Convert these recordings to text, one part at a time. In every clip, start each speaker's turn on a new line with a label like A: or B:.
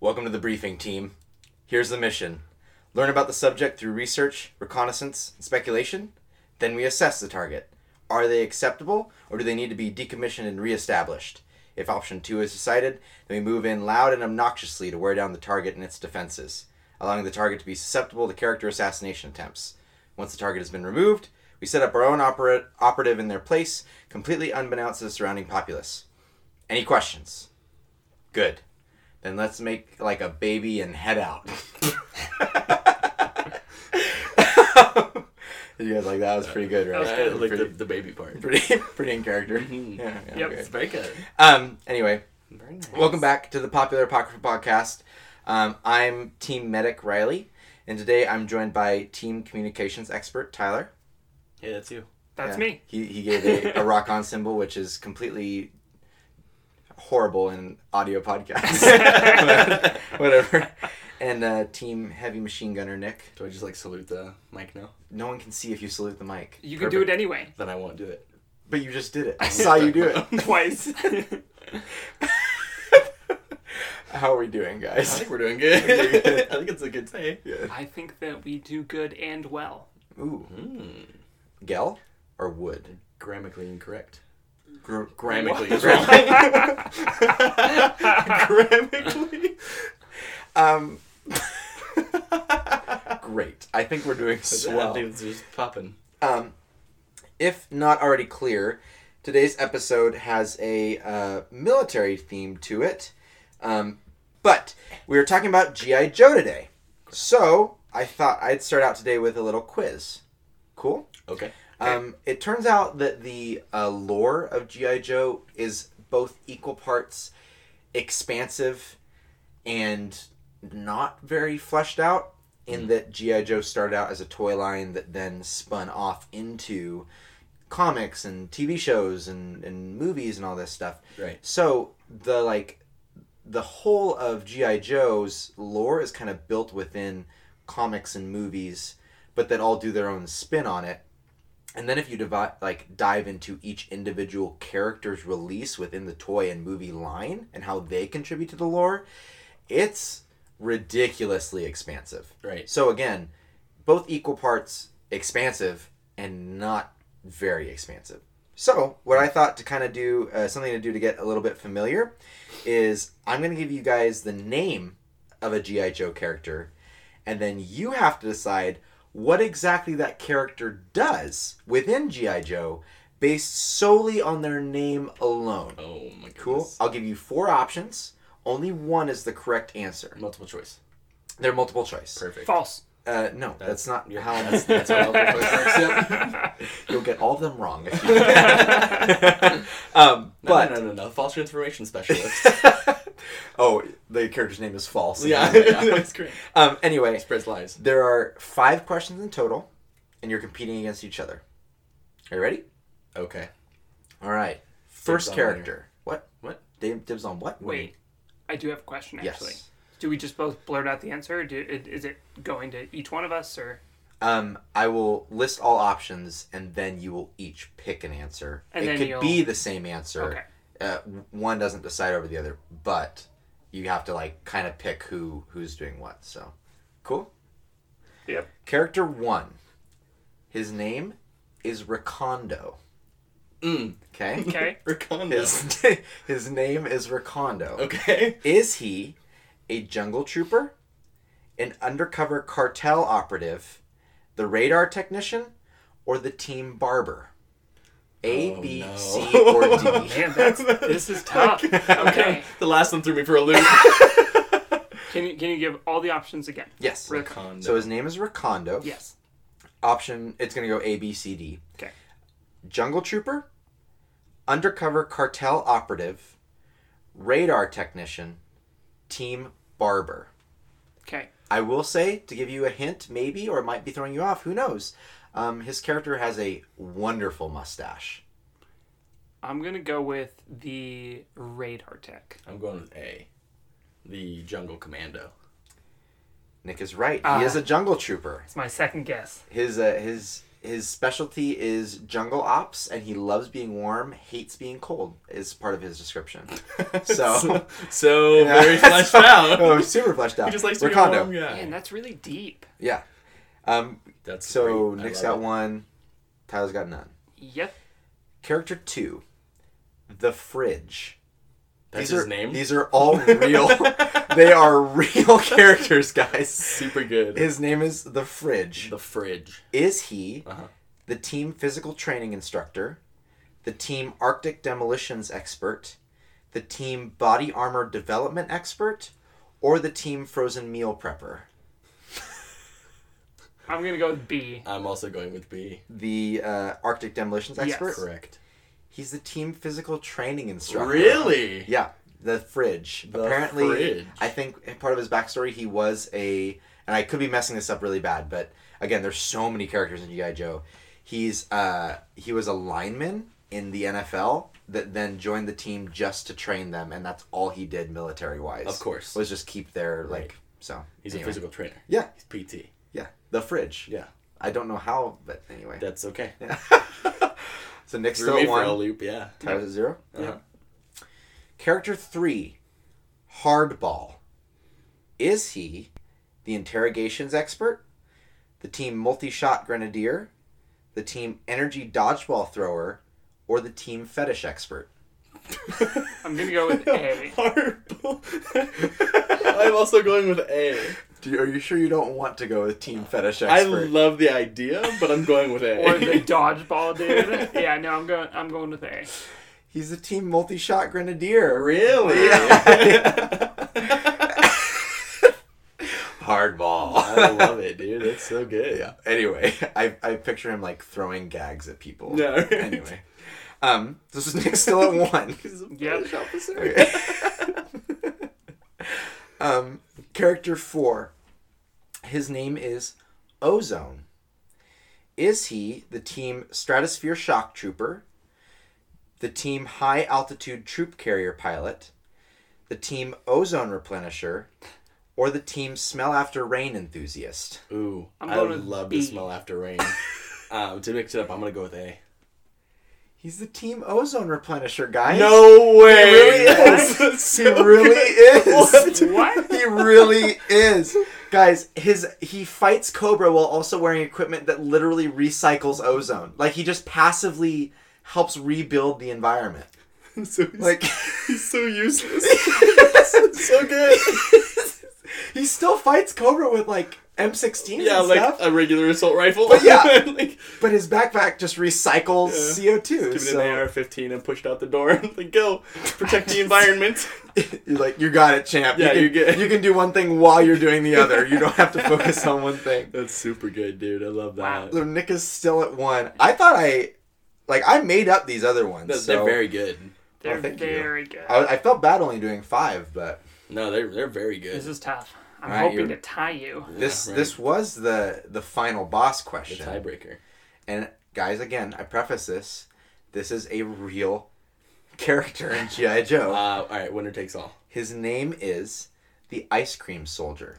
A: Welcome to the briefing team. Here's the mission learn about the subject through research, reconnaissance, and speculation. Then we assess the target. Are they acceptable, or do they need to be decommissioned and reestablished? If option two is decided, then we move in loud and obnoxiously to wear down the target and its defenses, allowing the target to be susceptible to character assassination attempts. Once the target has been removed, we set up our own opera- operative in their place, completely unbeknownst to the surrounding populace. Any questions? Good. Then let's make like a baby and head out. you guys like that was pretty good, right?
B: That was good.
A: Yeah,
C: like
A: pretty,
C: the, the baby part.
A: pretty, pretty in character. Yeah, yeah,
B: Yep.
A: okay.
C: It's very good.
A: Um. Anyway,
C: Very nice.
A: welcome back to the Popular Apocrypha podcast. Um, I'm Team Medic Riley, and today I'm joined by Team Communications Expert Tyler.
C: Yeah, that's you.
B: That's
A: Yeah.
B: me.
A: He, he gave a, a rock on symbol, which is completely horrible in audio podcasts. Whatever. And uh, team heavy machine gunner Nick.
C: Do I just like salute the mic now?
A: No one can see if you salute the mic.
B: You can do it
A: Perfect.
B: anyway.
C: Then I won't do it.
A: But you just did it. I saw you do it.
B: Twice.
A: How are we doing,
C: I
A: guys?
C: think we're doing good.
A: Okay, good.
C: I think it's a good day.
A: Yeah.
B: I think that we do good and well.
A: Ooh.
C: Mm.
A: Gel or wood?
C: Grammatically incorrect.
A: Gr-
C: Grammatically
A: What?
C: is wrong. Grammatically.
A: um. Great. I think we're doing
C: Swell.
A: swell.
C: It's just popping.
A: Um, if not already clear, today's episode has a uh, military theme to it. Um, but we are talking about G.I. Joe today. So I thought I'd start out today with a little quiz. Cool?
C: Okay.
A: Um, it turns out that the uh, lore of G.I. Joe is both equal parts expansive and not very fleshed out,
C: Hmm.
A: in that G.I. Joe started out as a toy line that then spun off into comics and TV shows and, and movies and all this stuff.
C: Right.
A: So the like the whole of GI Joe's lore is kind of built within comics and movies, but that all do their own spin on it. And then if you divide like dive into each individual character's release within the toy and movie line and how they contribute to the lore, it's ridiculously expansive.
C: Right.
A: So again, both equal parts expansive and not very expansive. So what I thought to kind of do uh, something to do to get a little bit familiar is I'm going to give you guys the name of a GI Joe character, and then you have to decide what exactly that character does within GI Joe based solely on their name alone.
C: Oh my goodness.
A: Cool. I'll give you four options. Only one is the correct answer.
C: Multiple choice.
A: They're multiple choice.
C: Perfect.
B: False.
A: Uh, no, that's, not
C: yeah,
A: how
C: That's, that's how multiple choice works. Yep.
A: you'll get all of them wrong. If you um,
C: No,
A: but
C: no, no, no, no. False information specialist.
A: oh, the character's name is false.
C: yeah, yeah, that's great.
A: Um, anyway,
C: Spreads lies.
A: there are five questions in total, and you're competing against each other. Are you ready?
C: Okay.
A: All right. First
C: on winner.
A: character. What?
C: What?
A: They dibs on what?
B: Wait, I do have a question
A: Yes.
B: actually. Do we just both blurt out the answer? Or do, i- is it going to each one of us or?
A: Um, I will list all options, and then you will each pick an answer.
B: And
A: it
B: then
A: could
B: you'll-
A: be the same answer.
B: Okay.
A: Uh, w- one doesn't decide over the other, but you have to like kind of pick who who's doing what. So, cool.
B: Yep.
A: Character one. His name is Ricondo.
C: Mm.
A: Okay.
B: Okay.
C: Recondo.
A: His his name is Ricondo.
C: Okay.
A: Is he a jungle trooper, an undercover cartel operative, the radar technician, or the team barber? A,
C: Oh,
A: B,
C: no.
A: C, or D.
B: Man, that's this is tough. Okay.
C: The last one threw me for a loop.
B: Can you can you give all the options again?
A: Yes.
B: Rick.
C: Recondo.
A: So his name is Ricondo.
B: Yes.
A: Option it's gonna go A, B, C, D.
B: Okay.
A: Jungle trooper, undercover cartel operative, radar technician, team barber.
B: Okay.
A: I will say to give you a hint, maybe, or it might be throwing you off. Who knows? Um, his character has a wonderful mustache.
B: I'm gonna go with the radar tech.
C: I'm going with A. The Jungle Commando.
A: Nick is right.
B: Ah.
A: he is a jungle trooper.
B: It's my second guess.
A: His uh, his His specialty is jungle ops, and he loves being warm, hates being cold. Is part of his description. So-
D: so very fleshed
A: So-
D: out.
A: Oh, super fleshed out.
D: he just likes to be a
A: Rakondo.
D: warm guy.
B: Man, that's really deep.
A: Yeah. Um,
D: That's
A: so
D: great. I
A: Nick's
D: love
A: got
D: it.
A: one. Tyler's got none.
B: Yep.
A: Character two, the fridge.
D: That's
A: these
D: his
A: are,
D: name.
A: These are all real. they are real characters, guys.
D: super good.
A: His name is the fridge.
D: the fridge.
A: is he
D: Uh-huh.
A: the team physical training instructor, the team Arctic demolitions expert, the team body armor development expert, or the team frozen meal prepper?
B: I'm gonna go with B.
D: I'm also going with B.
A: The uh, Arctic demolitions
B: Yes.
A: expert.
D: Correct.
A: He's the team physical training instructor.
D: Really?
A: Yeah, the fridge.
D: The
A: Apparently,
D: fridge.
A: I think part of his backstory, he was a, and I could be messing this up really bad, but again, there's so many characters in GI Joe. He's uh, he was a lineman in the NFL that then joined the team just to train them, and that's all he did military wise.
D: Of course.
A: was just keep their like
D: Right.
A: so.
D: He's
A: anyway.
D: a physical trainer.
A: Yeah,
D: He's PT.
A: yeah, the fridge.
D: Yeah.
A: I don't know how, but anyway.
D: That's okay.
A: So Nick's
D: Threw me
A: still
D: for a
A: one.
D: loop. Yeah.
A: Tyler's at zero.
D: Uh-huh.
A: Character three, Hardball. Is he the interrogations expert, the team multi shot grenadier, the team energy dodgeball thrower, or the team fetish expert?
B: I'm gonna go with A.
D: Horrible. I'm also going with A.
A: Do you, are you sure you don't want to go with team fetish
D: I love the idea, but I'm going with A.
B: Or the dodgeball dude. Yeah, no, I'm going. I'm going with A.
A: He's the team multi shot grenadier.
D: really? I
A: Hardball.
D: love it, dude. That's so good. Yeah.
A: anyway, I, I picture him like throwing gags at people.
D: Yeah, right.
A: Anyway. Um, this is Nick's still at one.
B: Yep.
A: Oh, um, character four. His name is Ozone. Is he the team Stratosphere Shock Trooper, the team High Altitude Troop Carrier Pilot, the team Ozone Replenisher, or the team Smell After Rain Enthusiast?
D: Ooh,
B: I'm
D: I
B: going with
D: love
B: B.
D: the smell after rain. um, to mix it up, I'm gonna go with A.
A: He's the team Ozone Replenisher, guys.
D: No way!
A: really is.
D: That's
A: He
D: so
A: really
D: good.
A: is.
B: What?
A: he really is. Guys, his he fights Cobra while also wearing equipment that literally recycles ozone. Like he just passively helps rebuild the environment.
D: What? so he's,
A: Like
D: he's so useless. It's so good.
A: he still fights Cobra with like M16
D: Yeah,
A: and
D: like uh,
A: stuff,
D: a regular assault rifle.
A: But yeah.
D: like
A: but his backpack just recycles
D: Yeah.
A: CO2.
D: give it
A: So
D: an AR-15 and pushed out the door. like go protect the environment.
A: you're like you got it, champ. you
D: Yeah,
A: can,
D: you get-
A: you can do one thing while you're doing the other. You don't have to focus on one thing.
D: That's super good, dude. I love
B: Wow.
D: that.
A: So Nick is still at one. I thought I, like, I made up these other ones.
D: They're,
A: so
D: they're very good.
B: They're
A: thank you.
B: very good.
A: I, I felt bad only doing five, but
D: No, they're they're very good.
B: This is tough. I'm
A: All right,
B: hoping
A: you're-
B: to tie you.
A: this
D: Yeah, right.
A: this was the the final boss
D: the
A: question.
D: tiebreaker.
A: and guys, again, I preface this: this is a real character in GI
D: Uh,
A: Joe.
D: all right, winner takes all.
A: His name is the Ice Cream Soldier.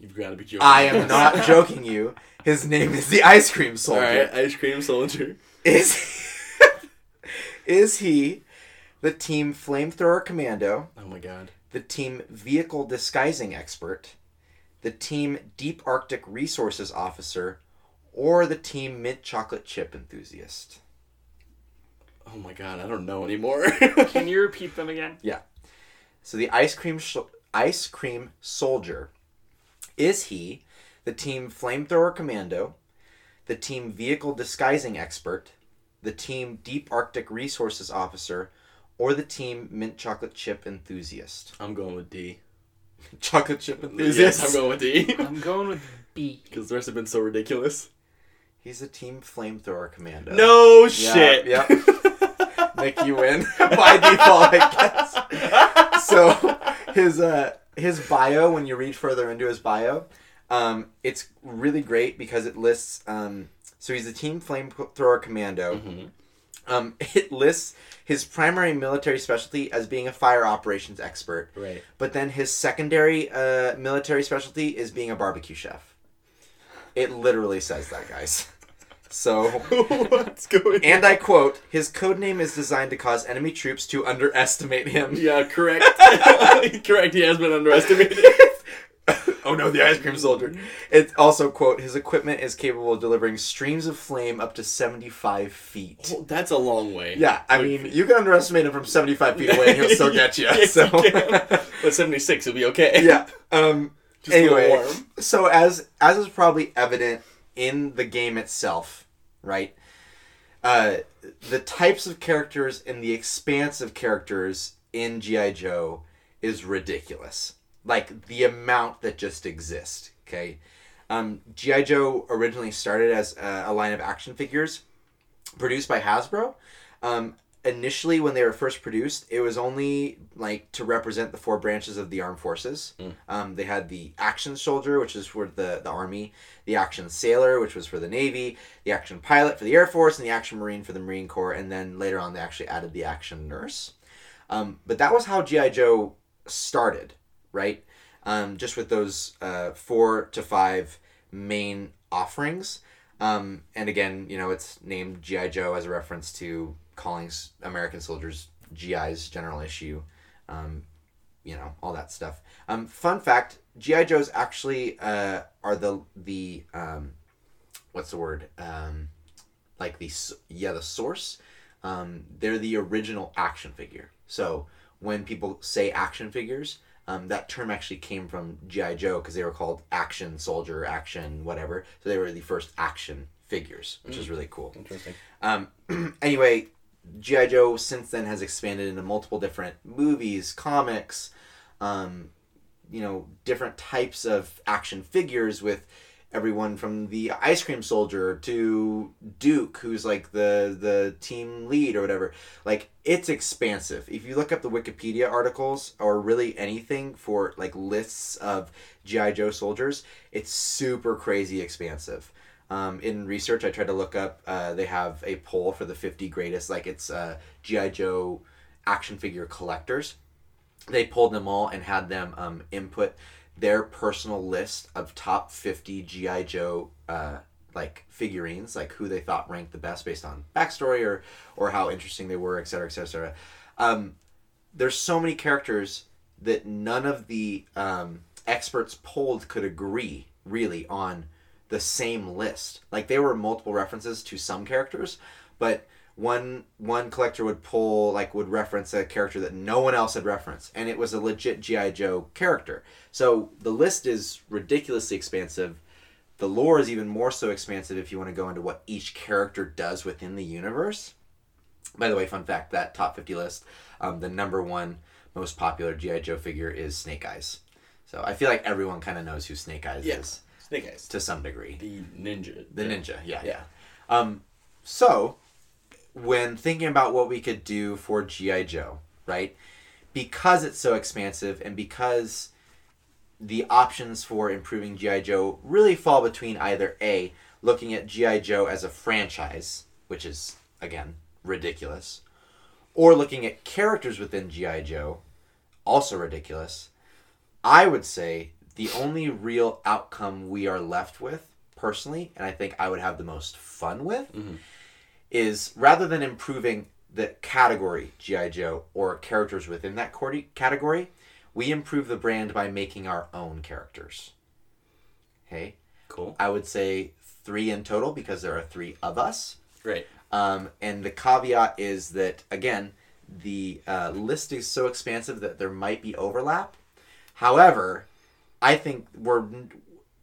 D: You've got to be joking.
A: I am not joking you. His name is the Ice Cream
D: All
A: Soldier.
D: right, ice cream soldier.
A: Is is he the team flamethrower commando?
D: Oh my god.
A: the team vehicle disguising expert, the team deep Arctic resources officer, or the team mint chocolate chip enthusiast.
D: Oh my god, I don't know anymore.
B: Can you repeat them again?
A: So the ice cream sh- ice cream soldier is he the team flamethrower commando, the team vehicle disguising expert, the team deep Arctic resources officer, or the team mint chocolate chip enthusiast.
D: I'm going with D.
A: Chocolate chip
D: Yes, I'm going with D.
B: I'm going with B.
D: Because the rest have been so ridiculous.
A: He's the team flamethrower commando.
D: No
A: Yeah,
D: shit.
A: Yep. Make you win by default, I guess. So his uh, his bio, when you read further into his bio, um, it's really great because it lists. Um, so he's a team flamethrower commando. Um, it lists his primary military specialty as being a fire operations expert,
D: Right.
A: but then his secondary uh, military specialty is being a barbecue chef. It literally says that, guys. So,
C: What's going
A: and
C: on?
A: I quote, his code name is designed to cause enemy troops to underestimate him.
C: Yeah, correct. correct. He has been underestimated.
A: oh no, the ice cream soldier. It's also quote, his equipment is capable of delivering streams of flame up to 75 feet.
C: Well, that's a long way.
A: Yeah, I mean, you can underestimate him from 75 feet away and he'll still get you.
C: Yes,
A: so.
C: you can. But 76 will be okay.
A: yeah. Um,
C: Just a little
A: anyway,
C: warm.
A: so as as is probably evident in the game itself, right? Uh, the types of characters and the expanse of characters in GI Joe is ridiculous. Like the amount that just exist. Okay, um, GI Joe originally started as uh, a, a line of action figures produced by Hasbro. Um, initially, when they were first produced, it was only like to represent the four branches of the armed forces. Um, they had the action soldier, which is for the, the army, the action sailor, which was for the navy, the action pilot for the air force, and the action marine for the marine corps. And then later on, they actually added the action nurse. Um, but that was how GI Joe started, right? Um, just with those uh, four to five main offerings. Um, and again, you know, it's named GI Joe as a reference to calling s- American soldiers GIs, general issue, um, you know, all that stuff. Um, fun fact: GI Joes actually uh, are the the um, what's the word? Um, like the s- yeah the source. Um, they're the original action figure. So when people say action figures, um, that term actually came from GI Joe because they were called action soldier, action whatever. So they were the first action figures, which is really cool.
C: Interesting.
A: Um, anyway, G.I. Joe since then has expanded into multiple different movies, comics, um, you know, different types of action figures with everyone from the ice cream soldier to Duke, who's like the the team lead or whatever. Like it's expansive. If you look up the Wikipedia articles or really anything for like lists of G.I. Joe soldiers, it's super crazy expansive. Um, in research, I tried to look up. Uh, they have a poll for the 50 greatest, like it's uh, GI Joe action figure collectors. They pulled them all and had them um, input their personal list of top 50 GI Joe uh, like figurines, like who they thought ranked the best based on backstory or or how interesting they were, et cetera, et cetera, et cetera. Um, there's so many characters that none of the um, experts polled could agree really on the same list. Like there were multiple references to some characters, but one one collector would pull like would reference a character that no one else had referenced, and it was a legit GI Joe character. So the list is ridiculously expansive. The lore is even more so expansive if you want to go into what each character does within the universe. By the way, fun fact that top 50 list, um, the number one most popular G.I. Joe figure is Snake Eyes. So I feel like everyone kind of knows who Snake Eyes
C: Yeah.
A: is
C: Snake Eyes.
A: to some degree.
C: The ninja.
A: The ninja, yeah.
C: Yeah.
A: Um, so, when thinking about what we could do for G.I. Joe, right? Because it's so expansive and because the options for improving G.I. Joe really fall between either A, looking at G.I. Joe as a franchise, which is, again, ridiculous, or looking at characters within G.I. Joe, also ridiculous. I would say the only real outcome we are left with, personally, and I think I would have the most fun with, is rather than improving the category G.I. Joe or characters within that corti- category, we improve the brand by making our own characters. Okay?
C: Cool.
A: I would say three in total because there are three of us.
C: Great.
A: Um, and the caveat is that, again, the uh, list is so expansive that there might be overlap. However, I think we're,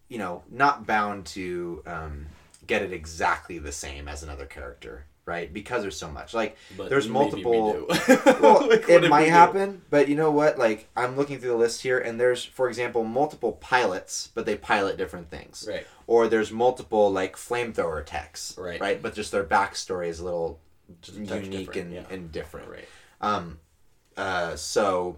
A: you know, not bound to um, get it exactly the same as another character, right? Because there's so much. Like,
C: But
A: there's
C: maybe we
A: multiple.
C: do.
A: Well,
C: Like, what if
A: it
C: we
A: might
C: do?
A: happen, but you know what? Like, I'm looking through the list here, and there's, for example, multiple pilots, but they pilot different things
C: Right.
A: or there's multiple like flamethrower attacks,
C: Right.
A: Right, but just their backstory is a little
C: a touch
A: unique
C: different,
A: and,
C: yeah.
A: and different.
C: Right.
A: Um, uh, so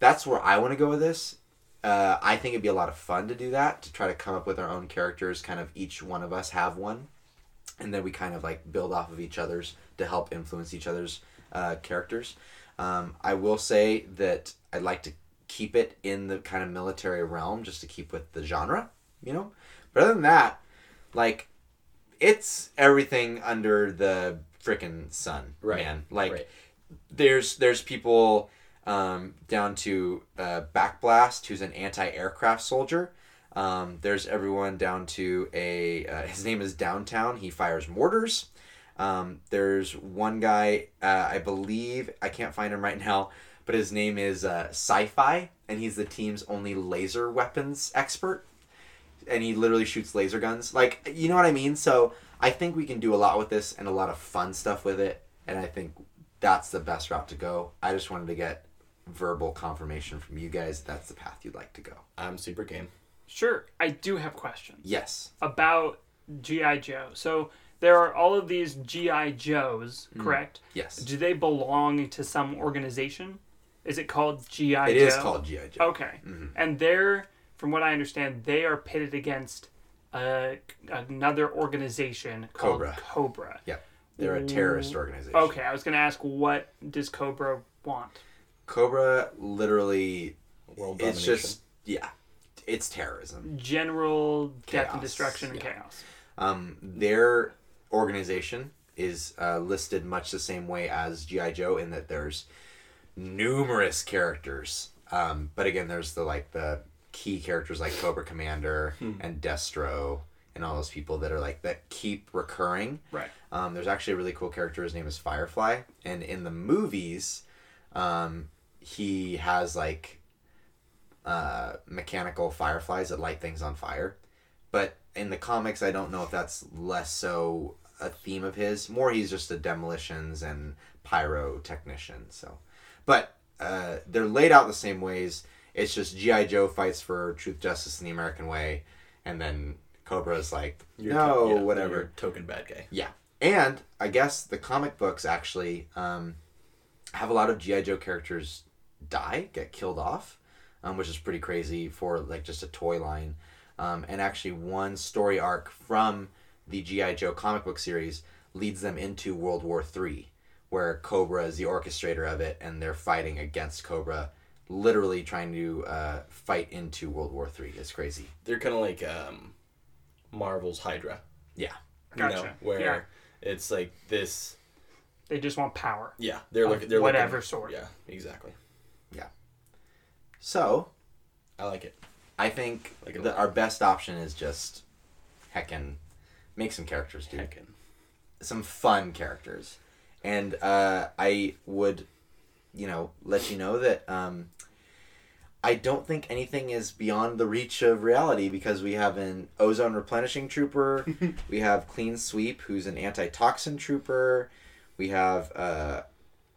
A: that's where I want to go with this. Uh, I think it'd be a lot of fun to do that to try to come up with our own characters. Kind of each one of us have one, and then we kind of like build off of each other's to help influence each other's uh, characters. Um, I will say that I'd like to keep it in the kind of military realm just to keep with the genre, you know. But other than that, like it's everything under the frickin' sun,
D: Right,
A: man. Like
D: right.
A: there's there's people um, down to uh, Backblast, who's an anti-aircraft soldier. Um, there's everyone down to a uh, his name is Downtown. He fires mortars. Um, there's one guy uh, I believe I can't find him right now, but his name is uh, Sci-Fi, and he's the team's only laser weapons expert and he literally shoots laser guns. Like, you know what I mean? So I think we can do a lot with this and a lot of fun stuff with it. And I think that's the best route to go. I just wanted to get verbal confirmation from you guys that that's the path you'd like to go.
D: I'm super game.
B: Sure, I do have questions.
A: Yes.
B: about GI Joe. So there are all of these GI Joes, correct?
A: Mm, Yes.
B: Do they belong to some organization? Is it called GI Joe?
A: It is called G.I. Joe.
B: Okay.
A: Mm-hmm.
B: And they're, from what I understand, they are pitted against uh, another organization called
A: Cobra.
B: Cobra.
A: Yeah. They're a terrorist organization.
B: Okay, I was going to ask what does Cobra want?
A: Cobra literally
D: World
A: it's
D: domination.
A: just yeah. It's terrorism.
B: General death
A: Chaos,
B: and destruction and chaos.
A: Um, their organization is uh, listed much the same way as GI Joe in that there's numerous characters. Um, but again, there's the like the key characters like Cobra Commander and Destro and all those people that are like that keep recurring.
B: Right.
A: Um, there's actually a really cool character. His name is Firefly, and in the movies, um, he has like uh, mechanical fireflies that light things on fire. But in the comics, I don't know if that's less so a theme of his. More, he's just a demolitions and pyro technician. So, but uh, they're laid out the same ways. It's just GI Joe fights for truth, justice, and the American way, and then Cobra's like,
D: You're
A: no,
D: to- yeah,
A: whatever.
D: you're a token bad guy.
A: Yeah. And I guess the comic books actually um, have a lot of G.I. Joe characters die, get killed off, um, which is pretty crazy for like just a toy line. Um, and actually, one story arc from the G.I. Joe comic book series leads them into World War III, where Cobra is the orchestrator of it and they're fighting against Cobra, literally trying to uh, fight into World War III. It's crazy.
D: They're kind of like um, Marvel's Hydra.
A: Yeah.
D: You know,
B: Gotcha.
D: where
B: Yeah.
D: it's like this.
B: They just want power.
D: Yeah, they're
B: Of
D: looking. They're
B: whatever
D: looking,
B: sort.
D: Yeah, exactly.
A: So,
D: I like it.
A: I think
D: Like
A: the,
D: an-
A: our best option is just heckin' make some characters, dude.
D: Heckin'.
A: Some fun characters. And uh, I would, you know, let you know that um, I don't think anything is beyond the reach of reality because we have an ozone replenishing trooper, we have Clean Sweep, who's an antitoxin trooper, we have uh,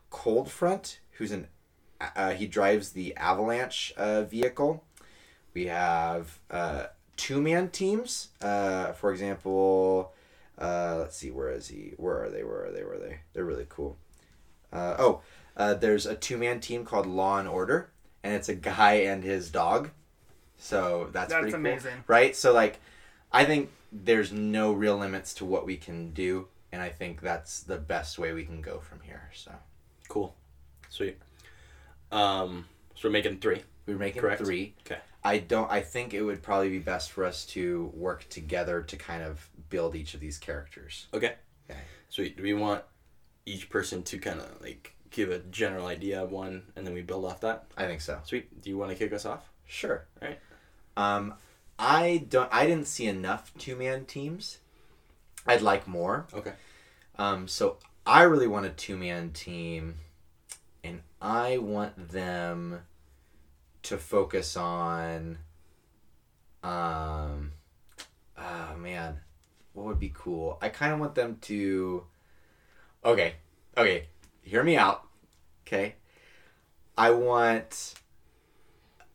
A: Cold Front, who's an uh, he drives the avalanche uh, vehicle. We have uh, two man teams. Uh, for example, uh, let's see, where is he? Where are they? Where are they? Where are they? They're really cool. Uh, oh, uh, there's a two man team called Law and Order, and it's a guy and his dog. So that's,
B: That's
A: pretty cool,
B: amazing.
A: right? So like, I think there's no real limits to what we can do, and I think that's the best way we can go from here. So
D: Cool. Sweet. Um, so we're making three.
A: we're making
D: Correct.
A: three.
D: Okay.
A: I don't. I think it would probably be best for us to work together to kind of build each of these characters.
D: Okay.
A: Okay.
D: Sweet. Do we want each person to kind of like give a general idea of one, and then we build off that?
A: I think so.
D: Sweet. Do you want to kick us off?
A: Sure.
D: All right.
A: Um, I don't. I didn't see enough two man teams. I'd like more.
D: Okay.
A: Um, so I really want a two man team, and I want them to focus on. Um, oh man, what would be cool? I kind of want them to. Okay, okay, hear me out. Okay, I want.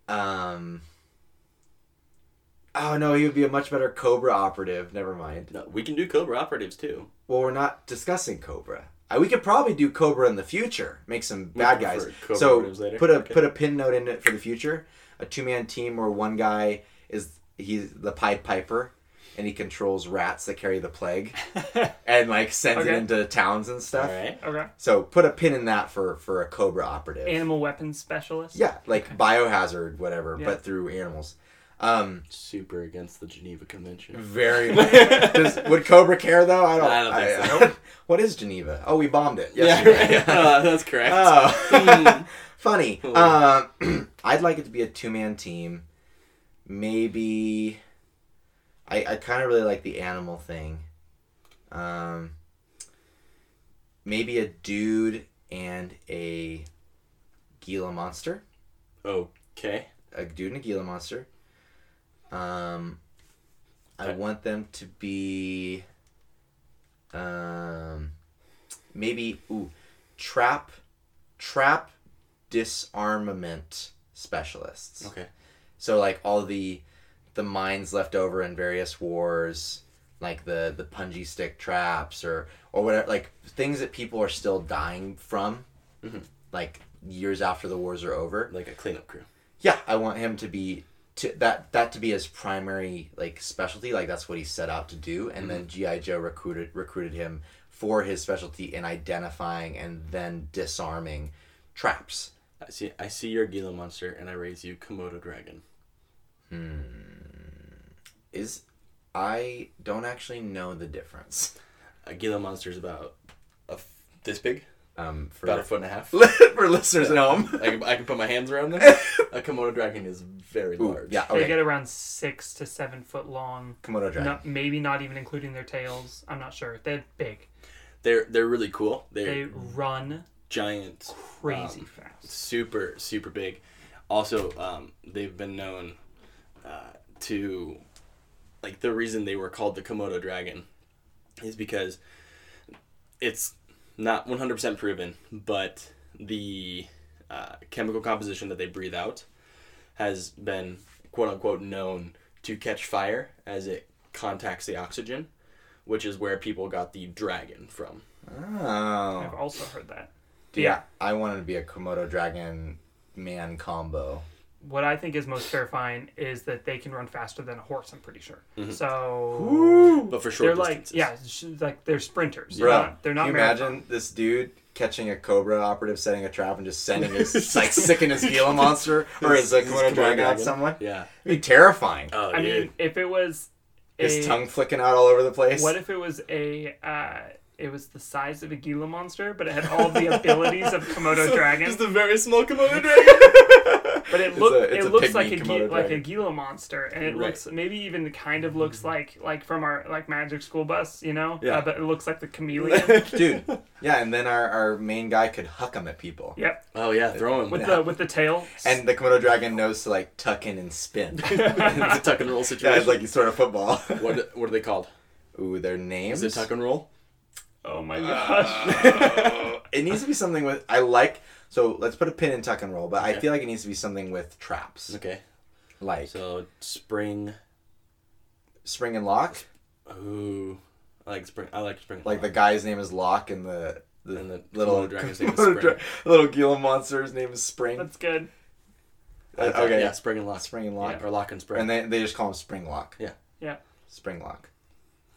A: Um. Oh no, he would be a much better Cobra operative. Never mind.
D: No, we can do Cobra operatives too.
A: Well, we're not discussing Cobra. I, we could probably do Cobra in the future. Make some bad guys.
D: for Cobra
A: so
D: motives later.
A: put a
D: Okay.
A: put a pin note in it for the future. A two man team where one guy is he's the Pied Piper, and he controls rats that carry the plague, and like sends it
B: Okay.
A: into towns and
D: All
A: stuff.
D: right.
B: Okay.
A: So put a pin in that for for a Cobra operative.
B: Animal weapons specialist.
A: Yeah, like biohazard, whatever,
B: Yeah.
A: but through animals. Um,
D: Super against the Geneva Convention.
A: very. Does, would Cobra care though? I don't.
D: I don't think
A: I-
D: so.
A: what is Geneva? Oh, we bombed it.
D: Yeah,
A: Yesterday.
D: right. Uh, that's correct.
A: Oh, funny.
D: Cool.
A: Uh, I'd like it to be a two man team. Maybe. I, I kind of really like the animal thing. Um, maybe a dude and a Gila monster.
D: okay.
A: A dude and a Gila monster. Um, I
D: Okay.
A: want them to be. Um, maybe ooh, trap, trap, disarmament specialists.
D: Okay.
A: So like all the, the mines left over in various wars, like the the punji stick traps or or whatever, like things that people are still dying from,
D: Mhm.
A: like years after the wars are over
D: Like a cleanup crew.
A: yeah i want him to be to that that to be his primary like specialty like that's what he set out to do and then gi joe recruited recruited him for his specialty in identifying and then disarming traps
D: I see. I see your Gila monster, and I raise you Komodo dragon.
A: is i don't actually know the difference
D: A Gila monster is about a f- this big,
A: um for
D: about a foot and a half.
A: for listeners at home
D: I can, I can put my hands around them. A Komodo dragon is very
A: Ooh,
D: large.
A: yeah
B: They
A: okay
B: get around six to seven foot long.
A: komodo dragon
B: Not, maybe not even including their tails. I'm not sure. They're big.
D: They're they're really cool. They're
B: They run
D: giant,
B: crazy
D: um,
B: fast.
D: super super big. Also, um, they've been known uh, to like the reason they were called the Komodo dragon is because it's not 100% proven, but the uh, chemical composition that they breathe out has been quote unquote known to catch fire as it contacts the oxygen, which is where people got the dragon from.
A: oh
B: I've also heard that.
A: yeah i wanted to be a komodo dragon man combo
B: What I think is most terrifying is that they can run faster than a horse. I'm pretty sure.
A: Mm-hmm.
B: So
D: But for
B: they're
D: short
B: like
D: distances.
B: yeah, sh- like they're sprinters.
A: Bro,
B: They're not. They're not
A: can you
B: marathon-
A: imagine this dude catching a cobra operative, setting a trap, and just sending his like sicking his Gila monster or his like
D: His
A: Komodo
D: Komodo
A: dragon on
D: dragon.
A: someone?
D: Yeah.
A: It'd be terrifying.
D: Oh,
B: I mean, if it was
A: his
B: a-
A: tongue flicking out all over the place.
B: What if it was a? Uh, it was the size of a Gila monster, but it had all the abilities of Komodo dragon.
D: Just a very small Komodo dragon.
B: But it
A: It's
B: look
A: a- it's a
B: it looks like
A: pygmy
B: a Gi-
A: Komodo
B: like a
A: dragon. Mm-hmm.
B: Gila monster, and it
D: Right.
B: looks maybe even kind of looks like like from our like Magic School Bus, you know?
D: Yeah.
B: Uh, but it looks like the chameleon.
A: dude? Yeah, and then our, our main guy could huck him at people,
B: yep,
D: oh yeah, throw him.
B: with
A: Yeah.
B: the with the tail.
A: and the Komodo dragon knows to like tuck in and spin.
D: it's a tuck and roll
A: yeah,
D: situation.
A: it's like you sort of football.
D: what what are they called?
A: Ooh, their names.
D: Is it tuck and roll?
B: oh my gosh! Uh,
A: it needs to be something with. I like. So let's put a pin in tuck and roll, but I
D: Okay.
A: feel like it needs to be something with traps,
D: Okay.
A: like
D: So spring.
A: spring and lock.
D: Ooh, I like spring. I like spring.
A: like the guy's name is Locke and the the,
D: And the
A: little
D: Komodo dragon's name is
A: Komodo
D: Spring.
A: dra- little Gila monster's name is Spring.
B: That's good.
A: Uh,
D: Okay.
A: okay,
D: Yeah, spring and lock.
A: Spring and Locke,
D: or lock and spring.
A: and they they just call him Spring Lock.
D: Yeah.
B: Yeah.
A: Spring Lock,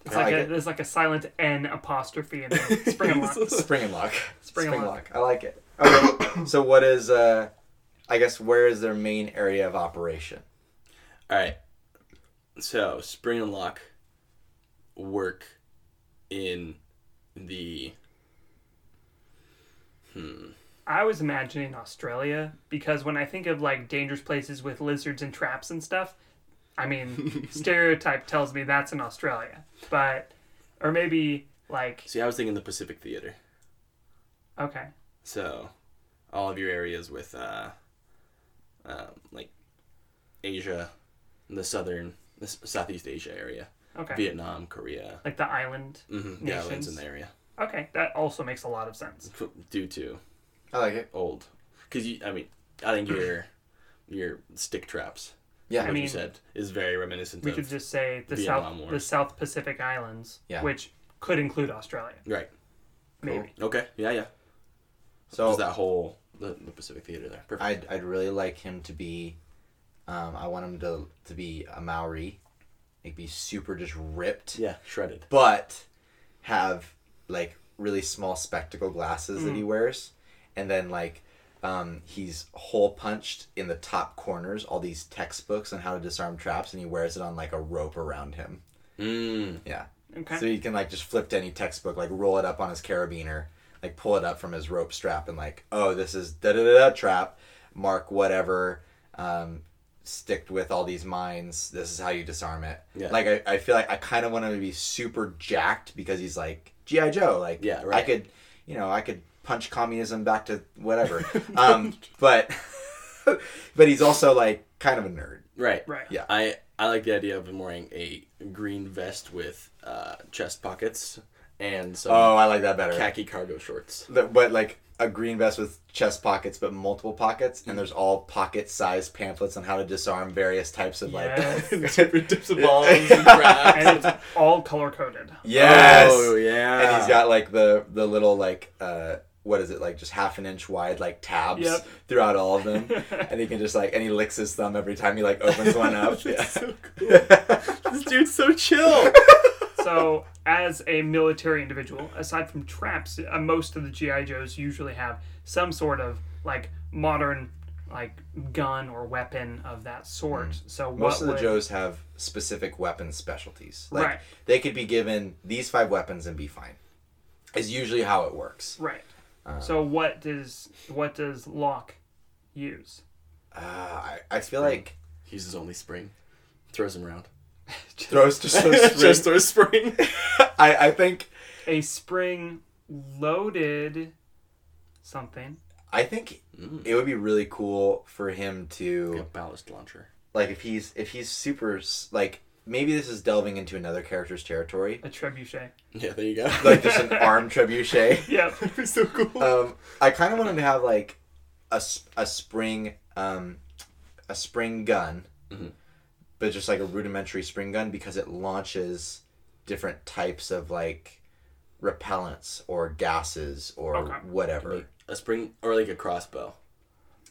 B: It's
A: I
B: like,
A: like
B: a,
A: it.
B: there's like a silent N apostrophe in there. Spring and lock.
A: Spring and Lock,
B: Spring and Lock.
A: I like it. Okay, so what is uh, I guess where is their main area of operation?
D: All right. So spring and lock work in the
B: I was imagining Australia because when I think of like dangerous places with lizards and traps and stuff, I mean, stereotype tells me that's in Australia. But, or maybe like,
D: see. I was thinking the Pacific Theater.
B: okay,
D: So, all of your areas with, uh, um, like, Asia, the southern, the s- Southeast Asia area,
B: okay.
D: Vietnam, Korea,
B: Like the island.
D: mm-hmm, the islands in
B: Nations.
D: the area,
B: Okay, that also makes a lot of sense.
D: f- due to
A: I like it.
D: old, because you, I mean, I think your your stick traps,
A: Yeah,
D: what
B: I mean-
D: you said, is very reminiscent
B: We
D: of
B: could just say the
D: Vietnam
B: South,
D: War.
B: the South Pacific Islands,
A: Yeah.
B: which could include Australia,
D: right.
B: maybe.
D: Okay, yeah, yeah.
A: so
D: There's that whole the, the Pacific Theater there. Perfect.
A: I'd I'd really like him to be, um, I want him to to be a Maori, like be super just ripped.
D: yeah, shredded.
A: but have like really small spectacle glasses that he wears and then like Um, he's hole punched in the top corners, all these textbooks on how to disarm traps, and he wears it on like a rope around him.
D: Mm.
A: Yeah.
B: Okay.
A: So he can like just flip to any textbook, like roll it up on his carabiner, like pull it up from his rope strap, and like, oh, this is da da da da trap, mark whatever, um, sticked with all these mines. This is how you disarm it.
D: Yeah.
A: Like I, I feel like I kind of want him to be super jacked because he's like GI Joe. Like
D: Yeah,
A: I
D: right.
A: could, you know, I could punch communism back to whatever. um, but but he's also like kind of a nerd.
D: Right.
B: Right.
A: Yeah.
D: I I like the idea of him wearing a green vest with uh, chest pockets and some
A: Oh, I like that better.
D: khaki cargo shorts.
A: The- but like a green vest with chest pockets but multiple pockets
B: Mm.
A: and there's all pocket sized pamphlets on how to disarm various types of like
B: Yes.
C: Different dips of balls and
B: and
C: crabs.
B: it's all color coded.
A: yes
D: Oh yeah.
A: and he's got like the the little like uh what is it like just half an inch wide like tabs
B: Yep.
A: throughout all of them and he can just like and he licks his thumb every time he like opens one up yeah.
D: so cool. this dude's so chill.
B: So, as a military individual, aside from traps, uh, most of the GI Joes usually have some sort of like modern like gun or weapon of that sort. So what
A: Hmm. most of the
B: would-
A: joes have specific weapon specialties like
B: Right.
A: they could be given these five weapons and be fine is usually how it works
B: Right.
A: uh,
B: so what does what does Locke use?
A: uh, I, I feel like
D: He uses only spring. Throws him around.
A: throws just those
D: Just throws spring.
A: I, I think
B: A spring loaded something.
A: I think it would be really cool for him to
D: a ballast launcher.
A: like if he's if he's super s- like maybe this is delving into another character's territory
B: A trebuchet.
D: Yeah, there you go.
A: like just an arm trebuchet.
B: Yep.
D: so cool.
A: Um, I kind of want him to have like a, s- a spring um, a spring gun, but just like a rudimentary spring gun because it launches different types of like repellents or gases or
B: Okay.
A: whatever.
D: a spring or like a crossbow.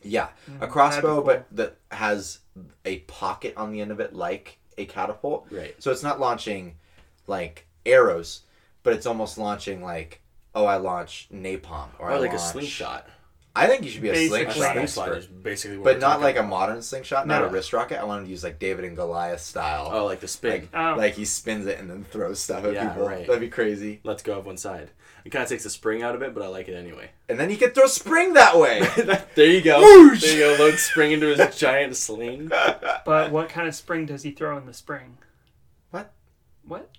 A: Yeah, a
B: Mm-hmm. that'd
A: crossbow,
B: be cool.
A: but that has a pocket on the end of it, like a catapult.
D: Right.
A: So it's not launching like arrows, but it's almost launching like, oh, I launch napalm or,
D: Or
A: I
D: like a
A: launch-
D: slingshot.
A: I think you should be a
B: Basically.
D: A
A: slingshot
B: Right.
D: slingshot
A: expert,
D: is basically what
A: but
D: we're
A: not
D: talking
A: like a
D: about.
A: modern slingshot, not a
B: No.
A: wrist rocket. I wanted to use like David and Goliath style.
D: Oh, like the spin.
A: Like,
B: Oh.
A: like he spins it and then throws stuff at
D: Yeah,
A: people.
D: right.
A: That'd be crazy.
D: Let's go of one side. It kind of takes the spring out of it, but I like it anyway.
A: And then he could throw spring that way.
D: There you go.
A: Whoosh!
D: There you go. Load spring into his giant sling.
B: But what kind of spring does he throw in the spring?
A: What?
B: What?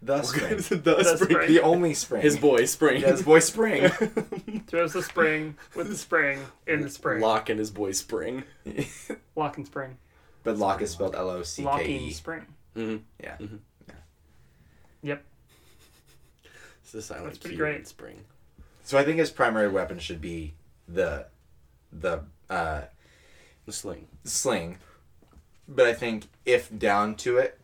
A: the spring.
D: the
B: spring.
A: The only spring.
D: His boy spring.
A: yeah, his boy spring.
B: Throws the spring with the spring in the spring. Lock,
D: Lock and his boy spring.
B: and spring.
A: But lock is spelled L O C K
B: Locking
A: E.
B: spring.
A: Yeah.
B: Yep.
D: It's the silent
B: That's pretty
D: Q in
B: great.
D: Spring.
A: So I think his primary weapon should be the the uh,
D: The sling.
A: sling. But I think if down to it,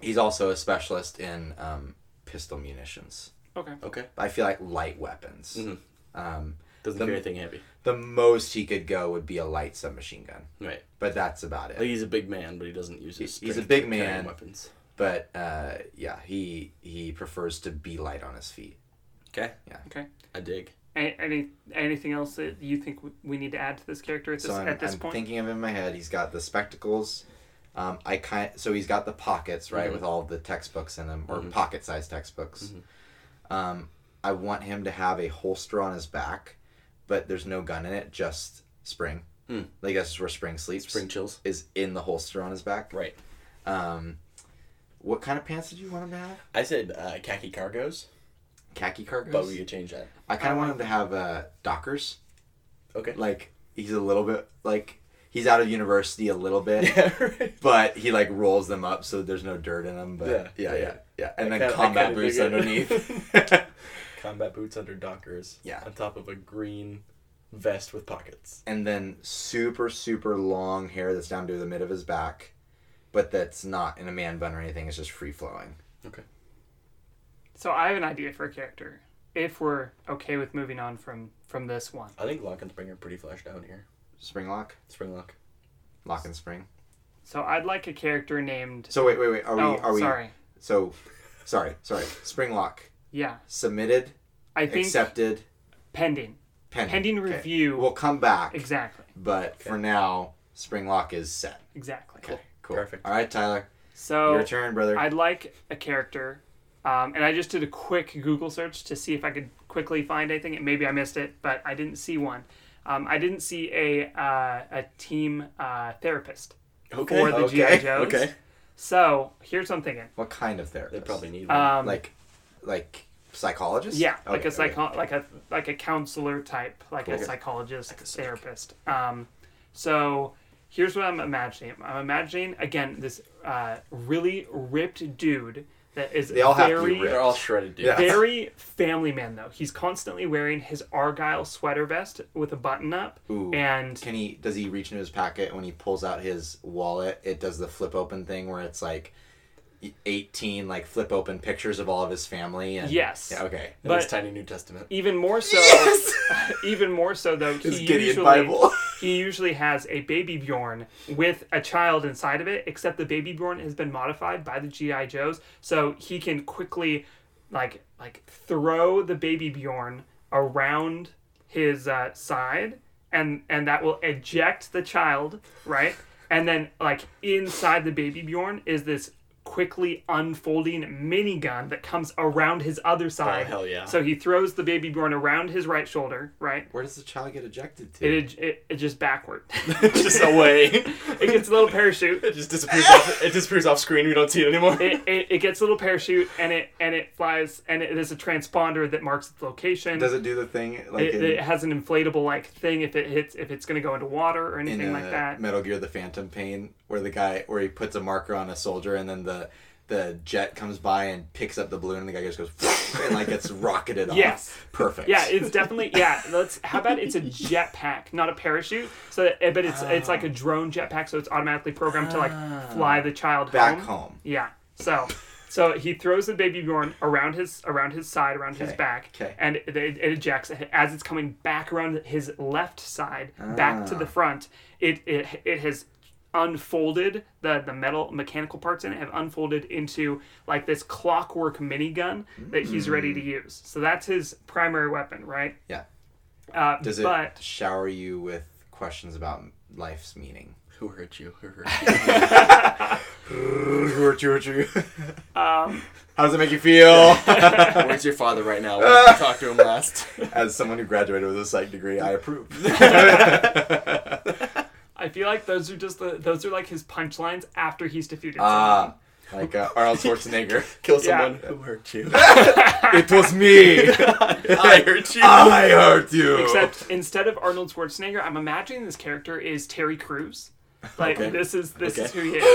A: he's also a specialist in um, pistol munitions.
B: Okay.
D: Okay.
A: I feel like light weapons.
D: Mhm.
A: Um,
D: Doesn't
A: The-
D: carry anything heavy.
A: the most he could go would be a light submachine gun,
D: Right.
A: but that's about it.
D: Like he's a big man, but he doesn't use his.
A: He- he's a
D: strength
A: big
D: for carrying
A: man.
D: Weapons.
A: But uh, yeah, he he prefers to be light on his feet.
D: Okay.
B: Okay.
D: I dig.
B: A- any anything else that you think w- we need to add to this character at this
A: So I'm,
B: at this
A: I'm
B: point?
A: thinking of him in my head. He's got the spectacles. Um, I kind so he's got the pockets
B: Mm-hmm.
A: right with all the textbooks in them or pocket sized textbooks.
B: Mm-hmm.
A: Um, I want him to have a holster on his back, but there's no gun in it. Just spring.
B: Hmm.
D: Mm.
A: Like that's where spring sleeps.
D: Spring chills.
A: is in the holster on his back.
D: Right.
A: Um, what kind of pants did you want him to have?
D: I said uh, khaki cargos,
A: Khaki cargos.
D: but we could change that.
A: I kind of want him to have uh, Dockers.
D: Okay.
A: Like he's a little bit like he's out of university a little bit.
D: yeah. Right.
A: but he like rolls them up so there's no dirt in them. But yeah,
D: Yeah.
A: yeah, yeah, And
D: I
A: then
D: kinda- I
A: combat
D: kinda
A: boots
D: dig it.
A: underneath.
D: Combat boots under Dockers.
A: Yeah.
D: On top of a green vest with pockets.
A: and then super super long hair that's down to the mid of his back, but that's not in a man bun or anything. It's just free flowing.
D: Okay.
B: so I have an idea for a character. If we're okay with moving on from from this one,
D: I think Lock and Spring are pretty fleshed out here.
A: Spring lock,
D: Spring Lock.
A: lock and spring.
B: so I'd like a character named.
A: So wait, wait, wait. Are we?
B: oh,
A: are we?
B: sorry.
A: So, sorry, sorry. Spring lock
B: Yeah,
A: submitted,
B: I think
A: accepted.
B: pending.
A: Pending,
B: Pending
A: Okay.
B: review.
A: We'll come back.
B: Exactly.
A: But for now, Spring Lock is set.
B: Exactly.
A: Cool. Cool.
D: Perfect.
A: All right, Tyler.
B: So
A: Your turn, brother.
B: I'd like a character, um, and I just did a quick Google search to see if I could quickly find anything. And maybe I missed it, but I didn't see one. Um, I didn't see a uh, a team uh, therapist
D: Okay.
B: for the
A: Okay.
B: GI Joes.
D: Okay.
B: So here's what I'm thinking.
A: what kind of therapist?
D: They probably need one.
B: Um,
A: Mm, like, like psychologist.
B: yeah, like
A: Okay,
B: a
A: okay.
B: psycho- like a like a counselor type, like a
A: Okay.
B: psychologist, therapist. Um, so here's what I'm imagining. I'm imagining again this uh, really ripped dude that is
A: They all have
B: very
A: to be ripped.
D: They're all shredded, dude.
A: Yeah.
B: very family man though. He's constantly wearing his argyle sweater vest with a button up
A: Ooh.
B: and
A: Can he? Does he reach into his pocket when he pulls out his wallet? It does the flip open thing where it's like eighteen like flip open pictures of all of his family. And,
B: Yes.
A: Yeah, okay.
D: And his
B: But-
D: tiny New Testament.
B: even more so even more so though
A: His
B: he
A: Gideon
B: usually
A: Bible.
B: he usually has a baby Bjorn with a child inside of it except the baby Bjorn has been modified by the GI Joes so he can quickly like like throw the baby Bjorn around his uh, side and and that will eject the child right and then like inside the baby Bjorn is this quickly unfolding minigun that comes around his other side
D: Oh, hell yeah.
B: so he throws the baby Bjorn around his right shoulder, right?
A: Where does the child get ejected to?
B: It it, it just backward.
D: just away.
B: it gets a little parachute.
D: It just disappears. off, it disappears off screen. We don't see it anymore.
B: It, it, it gets a little parachute and it and it flies and it, there's a transponder that marks its location.
A: does it do the thing like
B: it,
A: in,
B: it has an inflatable like thing if it hits if it's gonna go into water or
A: in
B: anything like
A: uh,
B: that.
A: Metal Gear: The Phantom Pain, where the guy where he puts a marker on a soldier, and then the the jet comes by and picks up the balloon, and the guy just goes and like gets rocketed off.
B: Yes.
A: perfect.
B: Yeah, it's definitely yeah. Let's. How about it's a jetpack, not a parachute? So, that, but it's it's like a drone jetpack, so it's automatically programmed to like fly the child
A: Ah. back home.
B: Yeah. So, so he throws the baby Bjorn around his around his side, around his
A: Okay,
B: back,
A: okay.
B: and it, it it ejects as it's coming back around his left side, back to the
A: Ah.
B: front. It it it has unfolded the the metal mechanical parts in it have unfolded into like this clockwork minigun that he's ready to
A: Mm.
B: use. So that's his primary weapon, right?
A: Yeah.
B: Uh,
A: Does it
B: but
A: shower you with questions about life's meaning?
D: Who hurt you? Who hurt you?
A: How
B: Um,
A: does it make you feel?
D: Where's your father right now? Where did you talk to him last?
A: As someone who graduated with a psych degree, I approve.
B: I feel like those are just the those are like his punchlines after he's defeated.
A: Ah, like uh, Arnold Schwarzenegger.
D: Kill
B: Yeah.
D: someone. Who hurt you?
A: it was me.
D: I hurt you.
A: I hurt you.
B: Except instead of Arnold Schwarzenegger, I'm imagining this character is Terry Crews. Like
D: Okay.
B: this is this is
D: Okay.
B: who he is.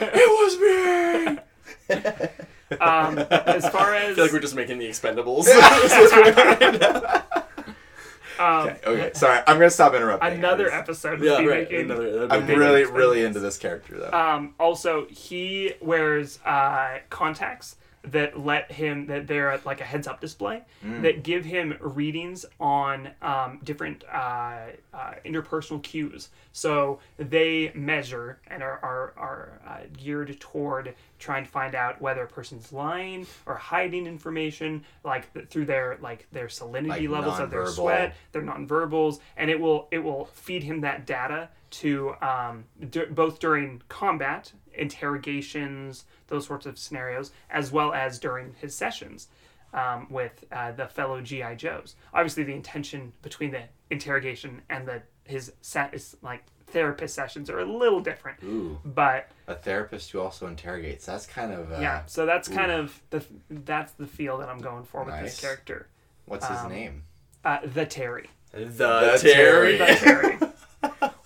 A: it was me.
B: Um, as far as
D: I feel like we're just making the Expendables.
B: um,
A: Okay, sorry. I'm gonna stop interrupting.
B: another
A: I was-
B: episode,
D: yeah,
B: would be
D: right.
B: making-
D: Another, that'd be
A: I'm
D: big.
A: really, really into this character though.
B: Um, also, he wears uh, contacts that let him that they're like a heads up display
A: Mm.
B: that give him readings on um, different uh, uh, interpersonal cues. So they measure and are are, are uh, geared toward trying to find out whether a person's lying or hiding information, like th- through their like their salinity
A: Like
B: levels of their
A: nonverbal.
B: sweat, they're nonverbals, and it will it will feed him that data to um, d- both during combat interrogations, those sorts of scenarios, as well as during his sessions um, with uh, the fellow GI Joes. Obviously, the intention between the interrogation and the his set is like therapist sessions are a little different,
A: Ooh,
B: but
A: a therapist who also interrogates. That's kind of uh,
B: yeah. So that's kind of the that's the feel that I'm going for with
A: Nice.
B: this character,
A: What's his
B: Um,
A: name?
B: uh, the Terry.
D: The,
A: Terry.
D: Terry.
B: The Terry.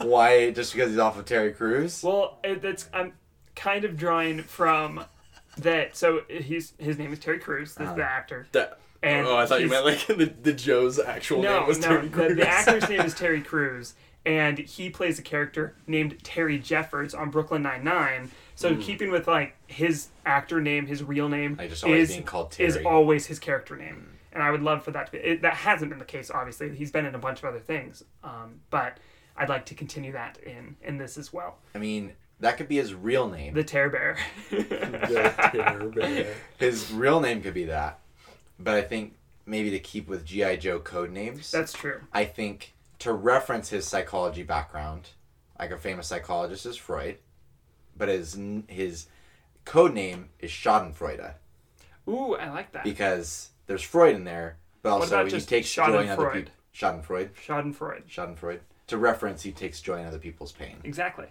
A: Why? Just because he's off of Terry Crews?
B: Well, it, it's I'm kind of drawing from that. So he's his name is Terry Crews, the, the actor.
D: The-
B: And
D: oh, I thought you
B: he's-
D: meant like the, the Joe's actual
B: No,
D: name was
B: no,
D: Terry
B: the,
D: Crews.
B: the actor's name is Terry Crews, and he plays a character named Terry Jeffords on Brooklyn Nine Nine. So keeping with like his actor name, his real name
A: I just always
B: is
A: being called
B: is
A: Terry.
B: always his character name. And I would love for that to be. It, that hasn't been the case, obviously. He's been in a bunch of other things, um, but I'd like to continue that in in this as well.
A: I mean, that could be his real name.
B: The Terror Bear.
D: The Terry.
A: His real name could be that, but I think maybe to keep with GI Joe code names.
B: That's true.
A: I think to reference his psychology background, like a famous psychologist is Freud, but his n- his code name is Schadenfreude
B: Ooh, I like that.
A: because there's Freud in there, but also
B: about
A: he
B: just
A: takes joy in other
B: Schadenfreude?
A: people. Schadenfreude,
B: Schadenfreude.
A: Schadenfreude. To reference, he takes joy in other people's pain.
B: Exactly.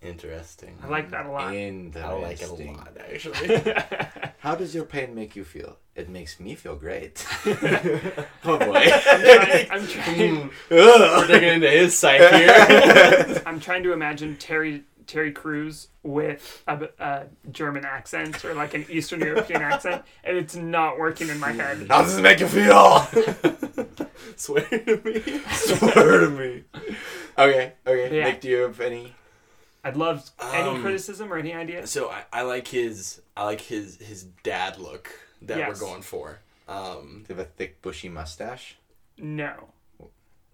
D: Interesting.
B: I like that a lot.
A: Interesting.
D: I like it a lot, actually.
A: How does your pain make you feel? It makes me feel great. oh boy.
B: I, I'm trying.
D: We're digging into his psyche here.
B: I'm trying to imagine Terry Terry Crews with a, a German accent or like an Eastern European accent, and it's not working in my head.
A: How does it make you feel?
D: Swear to me.
A: Swear to me. Okay, okay.
B: Yeah.
A: Nick, do you have any?
B: I'd love any
D: Um,
B: criticism or any ideas.
D: So I, I like his I like his his dad look that
B: Yes.
D: we're going for. Um,
A: Do you have a thick, bushy mustache?
B: No.
D: okay.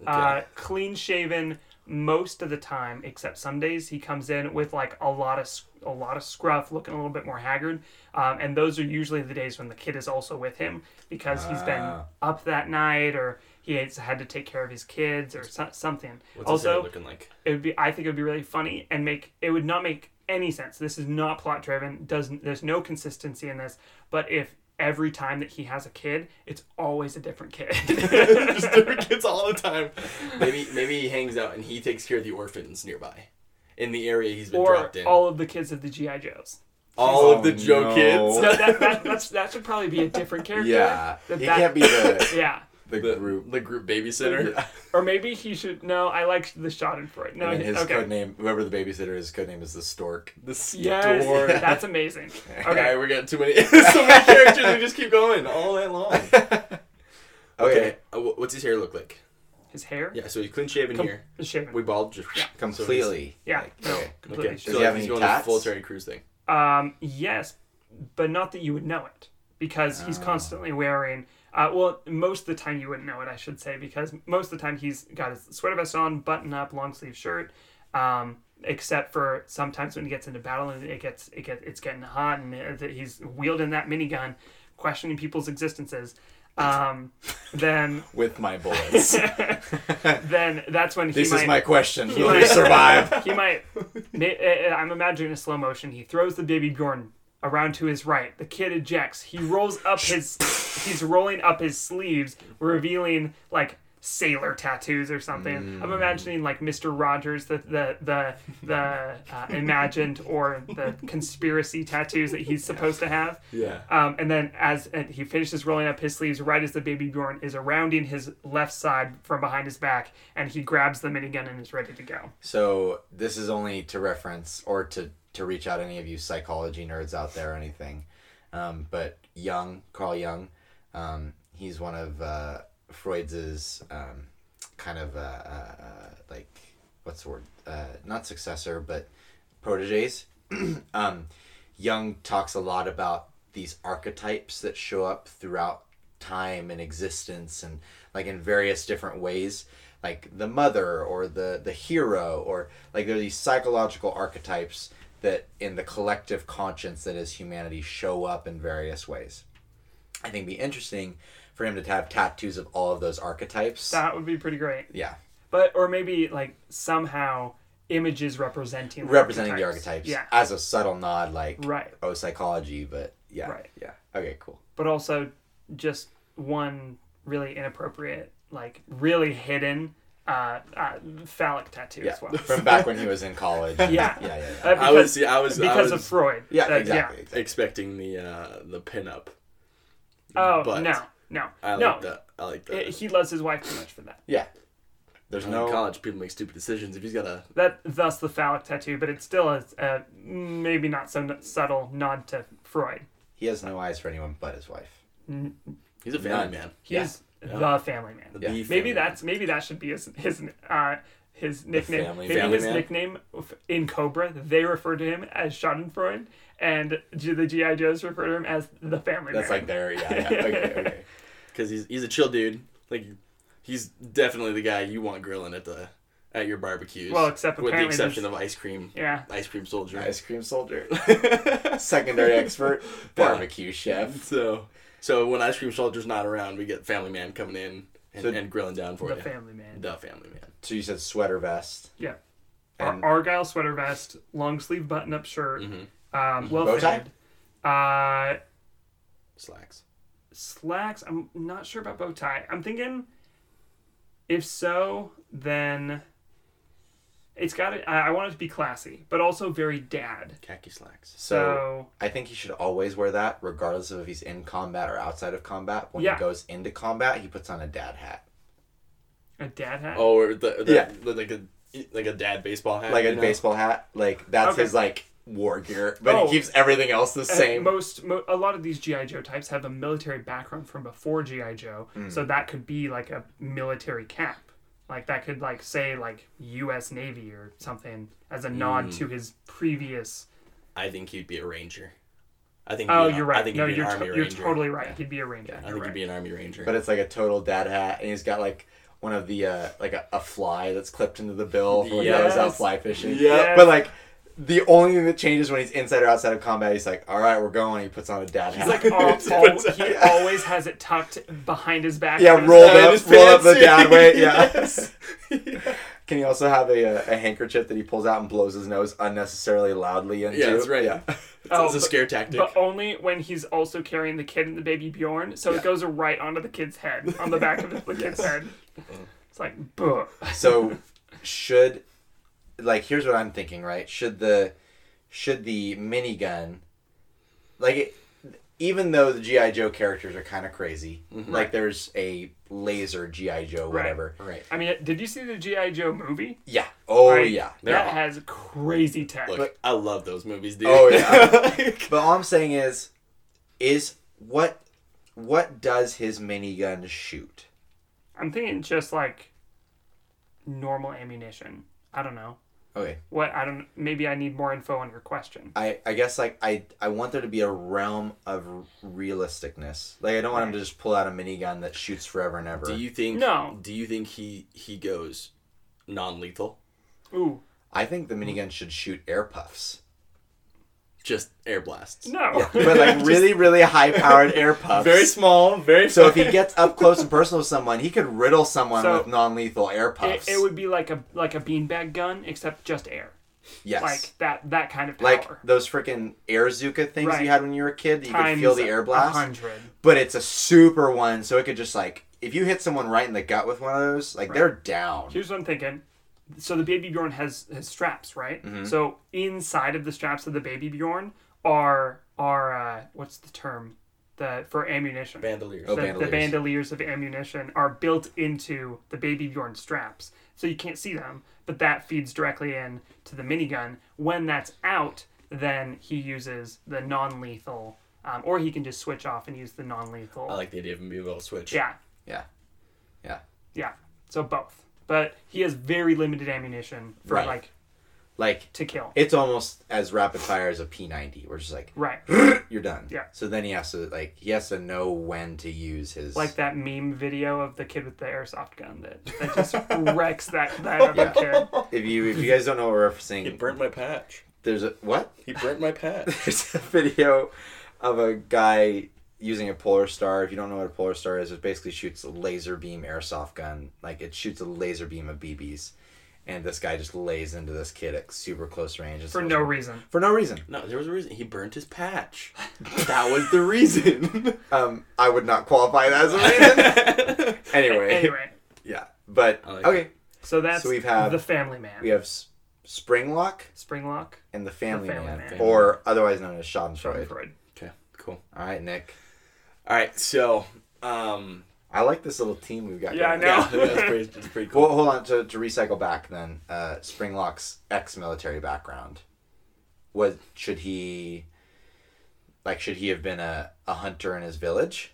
B: Uh, clean shaven most of the time, except some days he comes in with like a lot of s- a lot of scruff, looking a little bit more haggard. Um, and those are usually the days when the kid is also with him because he's been
A: Ah.
B: up that night or he has had to take care of his kids or so- something.
D: What's his hair
B: also,
D: looking like?
B: it would be I think it would be really funny and make it would not make any sense. This is not plot driven. Doesn't there's no consistency in this. But if every time that he has a kid, it's always a different kid.
D: Just different kids all the time. Maybe maybe he hangs out and he takes care of the orphans nearby, in the area he's been
B: or
D: dropped in.
B: all of the kids of the GI Joes.
D: All of the
A: Oh,
D: Joe
A: no.
D: kids.
B: No, that, that, that's, that should probably be a different character.
A: Yeah.
B: That-
A: he
B: that-
A: can't be the,
B: Yeah.
A: the,
D: The
A: group.
D: the group babysitter.
B: Or maybe he should. No, I like the Schadenfreude. No,
A: and his
B: okay.
A: code name, whoever the babysitter is, code name is the stork.
D: The
B: Yes,
D: store.
B: that's amazing.
D: Okay,
B: Okay,
D: we got too many so many characters. We just keep going all that long. Okay,
A: Okay.
D: uh, wh- what's his hair look like?
B: his hair.
D: Yeah, so he's clean shaven
B: Com-
D: here.
B: is shaven.
D: We bald just
B: Yeah.
A: Completely.
B: yeah, no,
A: okay.
D: Okay,
B: completely
D: so
A: Does
B: shaven.
A: he have
D: he's
A: any
D: going
A: tats?
D: the full Terry Crews thing.
B: Um, yes, but not that you would know it because
A: Ah.
B: he's constantly wearing. Uh, well, most of the time you wouldn't know it, I should say, because most of the time he's got his sweater vest on, button up, long sleeve shirt. Um, except for sometimes when he gets into battle and it gets it gets it's getting hot and uh, that he's wielding that minigun, questioning people's existences. Um, then
A: With my bullets.
B: then that's when he
A: this
B: might,
A: is my question. Will
B: might-
A: you survive?
B: he might. ma- uh, uh, I'm imagining a slow motion. He throws the baby Gordon around to his right. The kid ejects. He rolls up his. He's rolling up his sleeves, revealing like sailor tattoos or something. I'm imagining like Mister Rogers, the the the the uh, imagined or the conspiracy tattoos that he's supposed to have.
D: Yeah.
B: Um, and then as and he finishes rolling up his sleeves, right as the baby Bjorn is arounding his left side from behind his back, and he grabs the minigun and is ready to go.
A: So this is only to reference or to to reach out any of you psychology nerds out there or anything. Um, but Young, Carl Jung, um, he's one of uh, Freud's um, kind of uh, uh, uh, like what's the word? Uh, not successor, but proteges. um, Jung talks a lot about these archetypes that show up throughout time and existence and like in various different ways like the mother or the the hero or like there are these psychological archetypes that in the collective conscience that is humanity show up in various ways i think it'd be interesting for him to have tattoos of all of those archetypes
B: That would be pretty great.
A: yeah
B: But or maybe like somehow images representing the
A: representing the
B: Yeah.
A: archetypes as a subtle nod like
B: Right.
A: oh psychology but yeah
B: Right.
A: yeah okay cool
B: But also just one really inappropriate, like really hidden uh, uh phallic tattoo
A: yeah
B: as well.
A: from back when he was in college yeah yeah yeah,
B: Uh,
A: yeah.
B: because,
D: I was yeah, I was I
B: because
D: was
B: of Freud.
A: Yeah,
B: That-
A: exactly, exactly.
D: expecting the uh the pinup.
B: Oh
D: But
B: no, no,
D: I
B: no.
D: like that. I like that.
B: It- he loves his wife too much for that.
A: Yeah. There's
D: in
A: no
D: college people make stupid decisions. If he's got a
B: That thus the phallic tattoo, but it's still a, a maybe not so n- subtle nod to Freud.
A: He has no eyes for anyone but his wife.
D: he's a family
A: None.
D: man.
B: He
A: Yeah.
B: is the family man.
D: The family
B: Maybe
D: man.
B: that's maybe that should be his his uh, his nickname.
A: family
B: maybe
D: man.
B: his nickname in Cobra, they refer to him as Schadenfreude, and G- the GI Joes refer to him as the family
A: That's
B: man.
A: like there, yeah, yeah. Okay, okay.
D: because he's he's a chill dude. Like he's definitely the guy you want grilling at the at your barbecues.
B: Well, except
D: with the
B: apparently
D: exception
B: there's-
D: of ice cream,
B: yeah.
D: ice cream soldier.
A: Ice cream soldier. Secondary expert. Barbecue chef.
D: So So when ice cream soldier's not around, we get Family Man coming in and,
A: So-
D: and grilling down for
B: the
D: you.
B: family man.
D: the Family Man.
A: So you said sweater vest.
B: Yeah.
A: And- Mm-hmm.
B: Ar- Argyle sweater vest, long sleeve button up shirt, um, well
A: Bow tie?
B: fitted. Uh,
D: Slacks.
B: slacks. I'm not sure about bow tie. I'm thinking, if so, then it's got to. I, I want it to be classy, but also very dad.
D: Khaki slacks.
A: So
B: So-
A: I think he should always wear that, regardless of if he's in combat or outside of combat. When
B: Yeah.
A: he goes into combat, he puts on a dad hat,
B: A dad hat.
D: Oh, or the, the,
A: Yeah.
D: the- like a like a dad baseball hat.
A: like a
D: you know?
A: baseball hat. Like that's
B: Okay.
A: his like war gear, but
B: Oh.
A: he keeps everything else the
B: And
A: same.
B: Most, mo- a lot of these GI Joe types have a military background from before GI Joe,
D: Hmm.
B: so that could be like a military cap, like that could like say like U.S. Navy or something as a nod
D: Hmm.
B: to his previous.
D: I think he'd be a ranger. I think. he'd
B: Oh,
D: be an-
B: you're right.
D: I think
B: no,
D: he'd be
B: you're
D: an
B: to-
D: army
B: you're
D: ranger.
B: totally right. He'd be a ranger.
D: I
B: You're
D: think
B: right.
D: he'd be an army ranger.
A: but it's like a total dad hat, and he's got like one of the uh, like a, a fly that's clipped into the bill for when he goes out
B: Yes.
A: fly fishing.
C: Yeah.
A: But like the only thing that changes when he's inside or outside of combat, he's like, "All right, we're going." He puts on a dad hat.
B: Like all, all, he always has it tucked behind his back.
A: yeah,
B: and his-
A: rolled
C: in his
A: up, rolled up the
C: pants.
A: dad way. Yeah.
C: Yes.
A: Can he also have a, uh, a handkerchief that he pulls out and blows his nose unnecessarily loudly into?
D: yeah, that's right.
A: Yeah.
D: it's,
B: Oh,
D: it's a
B: but-
D: scare tactic.
B: But only when he's also carrying the kid and the baby Bjorn, so it goes right onto the kid's head, on the back of the kid's head. It's like, buh.
A: So, should like here's what I'm thinking, right? Should the should the minigun like it, even though the GI Joe characters are kind of crazy, like there's a laser GI Joe
B: Right.
A: whatever.
D: Mm-hmm. right.
B: I mean, did you see the GI Joe movie?
A: Yeah. Oh
B: Like,
A: yeah.
B: that
D: Yeah.
B: has crazy tech.
D: Look, I love those movies, dude.
A: Oh, yeah.
D: Like,
A: But all I'm saying is is what what does his minigun shoot?
B: I'm thinking just like normal ammunition. I don't know
A: Okay.
B: what I don't. Maybe I need more info on your question.
A: I, I guess like I I want there to be a realm of r- realisticness. Like I don't want him to just pull out a minigun that shoots forever and ever.
D: do you think?
B: No.
D: Do you think he he goes non-lethal?
B: Ooh,
A: I think the
B: Mm.
A: minigun should shoot air puffs,
D: Just air blasts.
B: no.
A: but like really really high powered air puffs.
C: Very small, very
A: so if he gets up close and personal with someone, he could riddle someone
B: So-
A: with non lethal air puffs.
B: it, it would be like a like a beanbag gun, except just air.
A: yes.
B: Like that that kind of power.
A: Like those freaking air Zuka things
B: Right.
A: you had when you were a kid that you could feel the air blast.
B: Hundred.
A: But it's a super one, so it could just like if you hit someone right in the gut with one of those, like they're down.
B: Here's what I'm thinking. So the baby Bjorn has has straps, right?
A: Mm-hmm.
B: So inside of the straps of the baby Bjorn are are uh, what's the term the for ammunition?
D: Bandoliers.
A: Oh,
B: the,
A: bandoliers.
B: the bandoliers of ammunition are built into the baby Bjorn straps, so you can't see them. But that feeds directly in to the minigun. When that's out, then he uses the non-lethal, um, or he can just switch off and use the non-lethal.
D: I like the idea of him being able to switch.
B: yeah,
A: Yeah. Yeah.
B: yeah. So both, but he has very limited ammunition for
A: Right.
B: like
A: Like
B: to kill.
A: it's almost as rapid fire as a P90. We're just like,
B: Right.
A: you're done.
B: Yeah.
A: So then he has to like he has to know when to use his
B: Like that meme video of the kid with the airsoft gun that, that just wrecks that, that other kid.
A: if you if you guys don't know what we're referencing,
D: He burnt my patch.
A: there's a what?
D: He burnt my patch.
A: There's a video of a guy using a polar star. If you don't know what a polar star is, it basically shoots a laser beam airsoft gun. Like it shoots a laser beam of BBs. And this guy just lays into this kid at super close range. It's
B: For
A: so-
B: no reason.
A: for no reason.
D: No, there was a reason. He burnt his patch. that was the reason.
A: Um, I would not qualify that as a reason. anyway,
B: Anyway,
A: yeah. But
D: I like
A: okay,
B: so that's
A: So we've had-
B: the family man.
A: we have S- Springlock
B: Springlock.
A: and the Family,
B: The Family
A: Man,
B: Man.
A: or otherwise known as Schadenfreude.
B: Freud.
D: okay, cool.
A: All right, Nick.
D: All right, so um,
A: I like this little team we've got.
B: Yeah, I
A: going.
B: know.
D: yeah, that's pretty, that's pretty cool.
A: Well, hold on to, to recycle back then. Uh, Springlock's ex-military background. What should he? Like, should he have been a, a hunter in his village?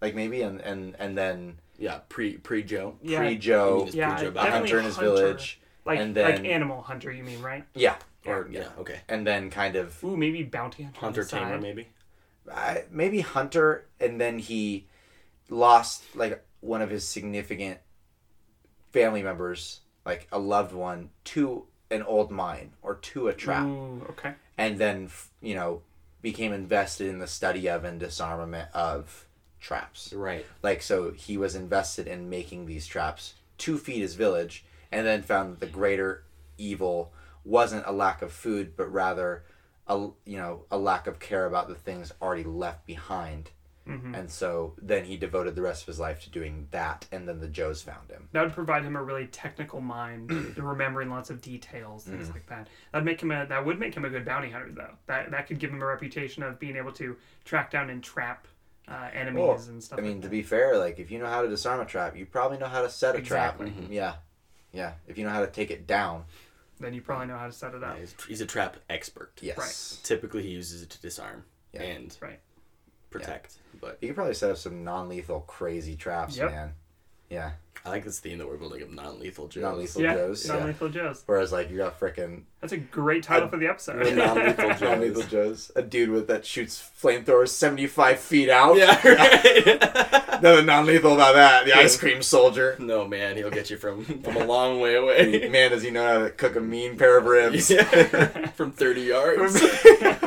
A: Like maybe, and and and then
D: Yeah, pre pre Joe.
B: Yeah.
A: pre Joe,
D: He's
B: Yeah,
D: pretty
A: a
D: definitely
A: hunter in his village.
B: Like,
A: and then-
B: like animal hunter, you mean, right?
A: Yeah,
D: Or yeah, okay.
A: and then kind of
B: Ooh, maybe bounty hunter. on
D: Hunter
B: the side.
D: tamer maybe.
A: I, maybe Hunter, and then he lost like one of his significant family members, like a loved one, to an old mine or to a trap,
B: Ooh, okay.
A: and then f- you know became invested in the study of and disarmament of traps.
D: Right.
A: Like so he was invested in making these traps to feed his village and then found that the greater evil wasn't a lack of food but rather a you know a lack of care about the things already left behind. And so then he devoted the rest of his life to doing that and then the Joes found him.
B: That would provide him a really technical mind, remembering lots of details,
A: Mm.
B: things like that. That'd make him a that would make him a good bounty hunter, though. That that could give him a reputation of being able to track down and trap uh, enemies
A: Well,
B: and stuff.
A: I mean,
B: like
A: to
B: that.
A: be fair, like if you know how to disarm a trap, you probably know how to set a
B: Exactly.
D: Mm-hmm.
A: trap. Yeah, yeah. If you know how to take it down,
B: then you probably know how to set it up.
D: He's, he's a trap expert.
A: yes.
D: Typically, he uses it to disarm
A: Yeah.
D: and
B: Right.
D: protect. But
A: You could probably set up some non-lethal crazy traps,
B: Yep.
A: man. Yeah,
D: I like this theme that we're building of non-lethal Joes.
A: non-lethal
B: Yeah,
A: Joes. Yeah.
B: non-lethal Joes.
A: Whereas like you got frickin'
B: That's a great title for the episode.
D: The non-lethal Joes.
A: non-lethal Joes, a dude with that shoots flamethrowers seventy-five feet out.
D: Yeah. right.
A: nothing non-lethal about that. The ice cream soldier.
D: no man, he'll get you from from a long way away.
A: Man, does he know how to cook a mean pair of ribs?
D: Yeah. from thirty yards.
A: Kick-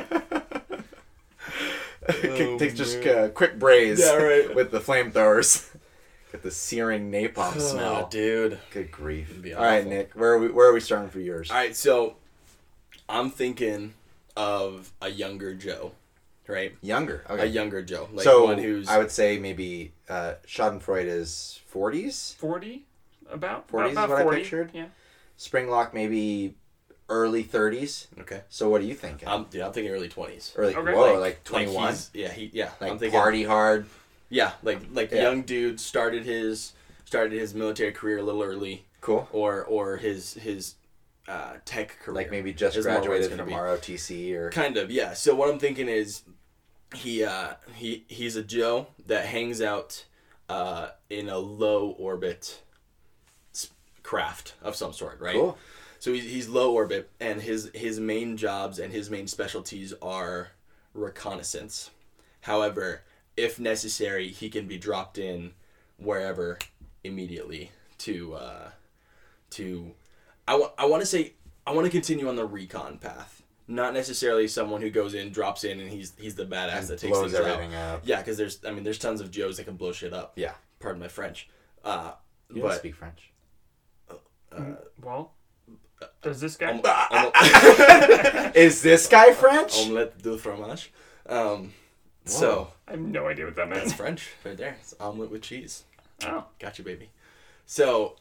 D: Oh,
A: takes just
D: man.
A: uh, quick braise
D: Yeah, right.
A: with the flamethrowers. Get the searing napalm
D: Oh,
A: smell.
D: dude.
A: Good grief.
D: be
A: All right,
D: awful.
A: Nick, where are we where are we starting for yours?
D: All right, so I'm thinking of a younger Joe, right?
A: Younger. Okay.
D: A younger Joe, like
A: so
D: one who's
A: I would say maybe uh, Schadenfreude is 40s.
B: Forty, about
A: 40 is
B: about
A: what I
B: 40.
A: pictured.
B: Yeah.
A: Springlock maybe early 30s.
D: okay.
A: So what are you thinking?
D: I'm dude, I'm thinking early twenties.
A: or like
B: okay.
A: whoa,
D: Like-
A: like 21. Like,
D: yeah, he yeah. I'm thinking
A: party hard.
D: yeah, like like
A: Yeah.
D: young dude started his started his military career a little early,
A: Cool.
D: or or his his uh, tech career.
A: Like maybe just
D: is more what it's
A: graduated
D: gonna
A: from
D: be.
A: ROTC or
D: Kind of, yeah. So what I'm thinking is he uh he he's a Joe that hangs out uh in a low orbit s- craft of some sort, right?
A: cool.
D: So he's, he's low orbit and his his main jobs and his main specialties are reconnaissance. However, if necessary, he can be dropped in wherever immediately to uh to I want to say I want to continue on the recon path. Not necessarily someone who goes in, drops in, and he's he's the badass
A: And
D: that takes
A: blows
D: things
A: everything
D: out.
A: up.
D: Yeah, because there's I mean there's tons of Joes that can blow shit up.
A: Yeah.
D: Pardon my French. Uh,
A: You don't
D: but
A: speak French.
B: Well, does this
A: Um,
B: guy?
D: Omelette-
A: Is this guy French?
D: omelette du fromage. Um, so
B: I have no idea what that
D: that's
B: means.
D: French right there. It's omelet with cheese.
B: Oh,
D: Got you, baby. So,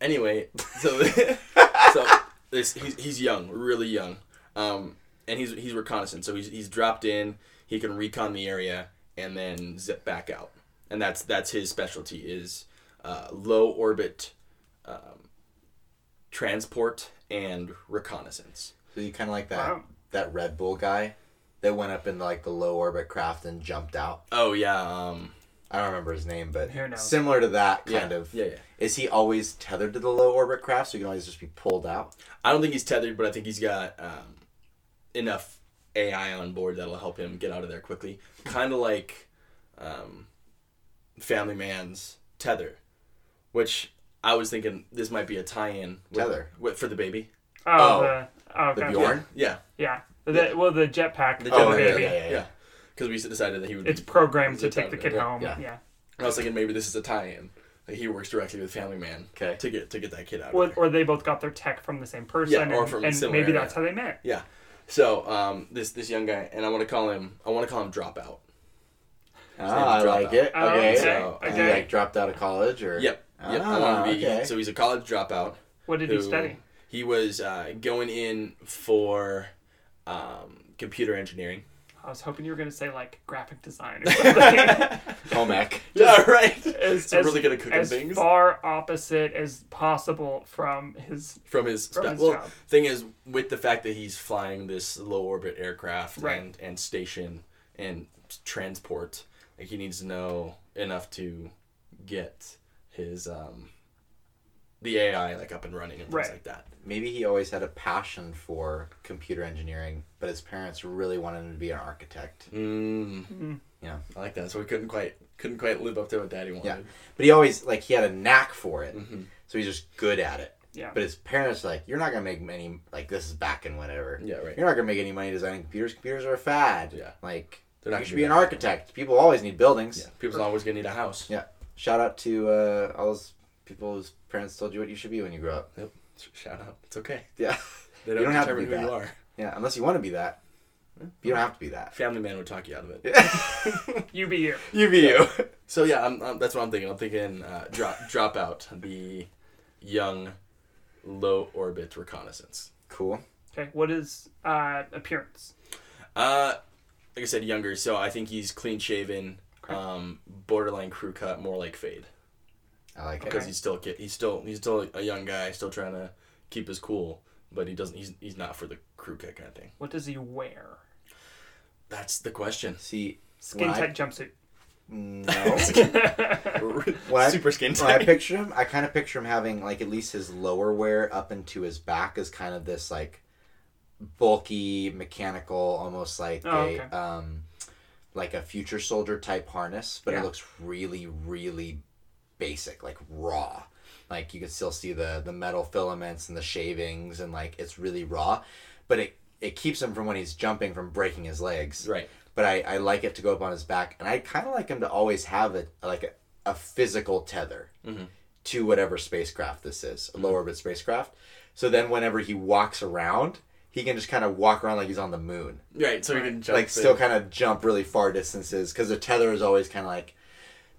D: anyway, so so this he's he's young, really young, um, and he's he's reconnaissance. So he's he's dropped in. He can recon the area and then zip back out, and that's that's his specialty is uh, low orbit um, transport and reconnaissance.
A: So you kind of like that
B: Wow.
A: that Red Bull guy that went up in like the low orbit craft and jumped out.
D: Oh yeah, um,
A: I don't remember his name, but
B: Who knows?
A: similar to that
D: yeah,
A: kind of.
D: yeah, yeah.
A: Is he always tethered to the low orbit craft, so he can always just be pulled out?
D: I don't think he's tethered, but I think he's got um, enough AI on board that'll help him get out of there quickly. Kind of like um, Family Man's tether, which I was thinking this might be a tie-in with,
A: Tether.
D: with, for the baby.
B: oh,
A: Oh.
B: the, oh
A: The
B: gotcha.
A: Bjorn.
D: Yeah,
B: Yeah. The, well, the jetpack. Oh,
D: The jetpack,
B: The jetpack.
D: yeah,
B: baby.
A: Oh, yeah, yeah.
D: yeah, because we decided that he would.
B: It's
D: be,
B: programmed to
D: It's a
B: take the
D: tether,
B: kid
D: yeah.
B: home.
A: Yeah.
B: Yeah.
D: I was thinking maybe this is a tie-in. Like he works directly with Family Man
A: 'Kay.
D: to get to get that kid out.
B: Or,
D: of there.
B: or they both got their tech from the same person.
D: Yeah, or
B: and,
D: from
B: and
D: similar
B: maybe
D: area.
B: that's how they met.
D: Yeah. So um, this this young guy, and I want to call him. I want to call him dropout.
A: Ah, I
D: Drop
A: like
D: out.
A: it.
B: Oh,
A: okay.
B: okay,
A: So, and he,
B: okay.
A: like dropped out of college, or
D: Yep. Yep. I
A: Ah,
D: want to be.
A: okay.
D: So he's a college dropout.
B: What did
D: who-
B: he study?
D: He was uh, going in for um, computer engineering.
B: I was hoping you were going to say like graphic design or something.
A: home ec.
D: Yeah, right.
B: as,
D: So really good at cooking
B: as
D: things.
B: far opposite as possible from his.
D: From his,
B: From
D: spe-
B: his
D: well,
B: job.
D: thing is with the fact that he's flying this low orbit aircraft
B: Right.
D: and and station and transport, like he needs to know enough to get his um, the AI like up and running and things
B: Right.
D: like that.
A: Maybe he always had a passion for computer engineering, but his parents really wanted him to be an architect.
D: Mm,
A: Yeah.
D: I like that. So we couldn't quite couldn't quite live up to what Daddy wanted. Mm-hmm.
A: Yeah. But he always like he had a knack for it, so he's just good at it.
B: Yeah.
A: But his parents like, you're not gonna make many like this is back and whatever.
D: Yeah, right.
A: You're not gonna make any money designing computers. Computers are a fad.
D: Yeah.
A: Like
D: They're not
A: you should
D: gonna
A: be
D: be
A: an
D: that.
A: architect. People always need buildings.
D: Yeah. People's always gonna need a house.
A: Yeah. Shout out to uh, all those people whose parents told you what you should be when you grow up.
D: Yep. Shout out. It's okay.
A: Yeah.
D: They
A: You
D: don't,
A: don't have to
D: determine
A: be
D: who you
A: that.
D: are.
A: Yeah. Unless you want to be that, you don't have to be that.
D: Family man would talk you out of it.
B: You be you.
A: You be you.
D: So yeah, I'm, i that's what I'm thinking. I'm thinking uh, drop drop out the young, low orbit reconnaissance.
A: Cool.
B: Okay. What is uh, appearance?
D: Uh, like I said, younger. So I think he's clean shaven, um, borderline crew cut, more like fade
A: I like
D: because
A: it.
D: he's still a kid. He's still he's still a young guy, still trying to keep his cool, but he doesn't. He's he's not for the crew cut kind of thing.
B: What does he wear?
D: That's the question.
A: See,
B: Skin
A: when I-
B: tight jumpsuit. Hmm,
A: No. I-
D: Super skin
A: when I
D: tight.
A: picture him, I kind of picture him having like at least his lower wear up into his back is kind of this like bulky, mechanical, almost like
B: Oh,
A: a
B: okay.
A: um, like a future soldier type harness, but
B: Yeah.
A: it looks really, really basic, like raw. Like you can still see the the metal filaments and the shavings, and like it's really raw, but it it keeps him from when he's jumping from breaking his legs
D: Right.
A: but I, I like it to go up on his back, and I kind of like him to always have a like a, a physical tether to whatever spacecraft this is, a low orbit spacecraft. So then, whenever he walks around, he can just kind of walk around like he's on the moon,
D: Right. So we can jump.
A: like still kind of jump really far distances because the tether is always kind of like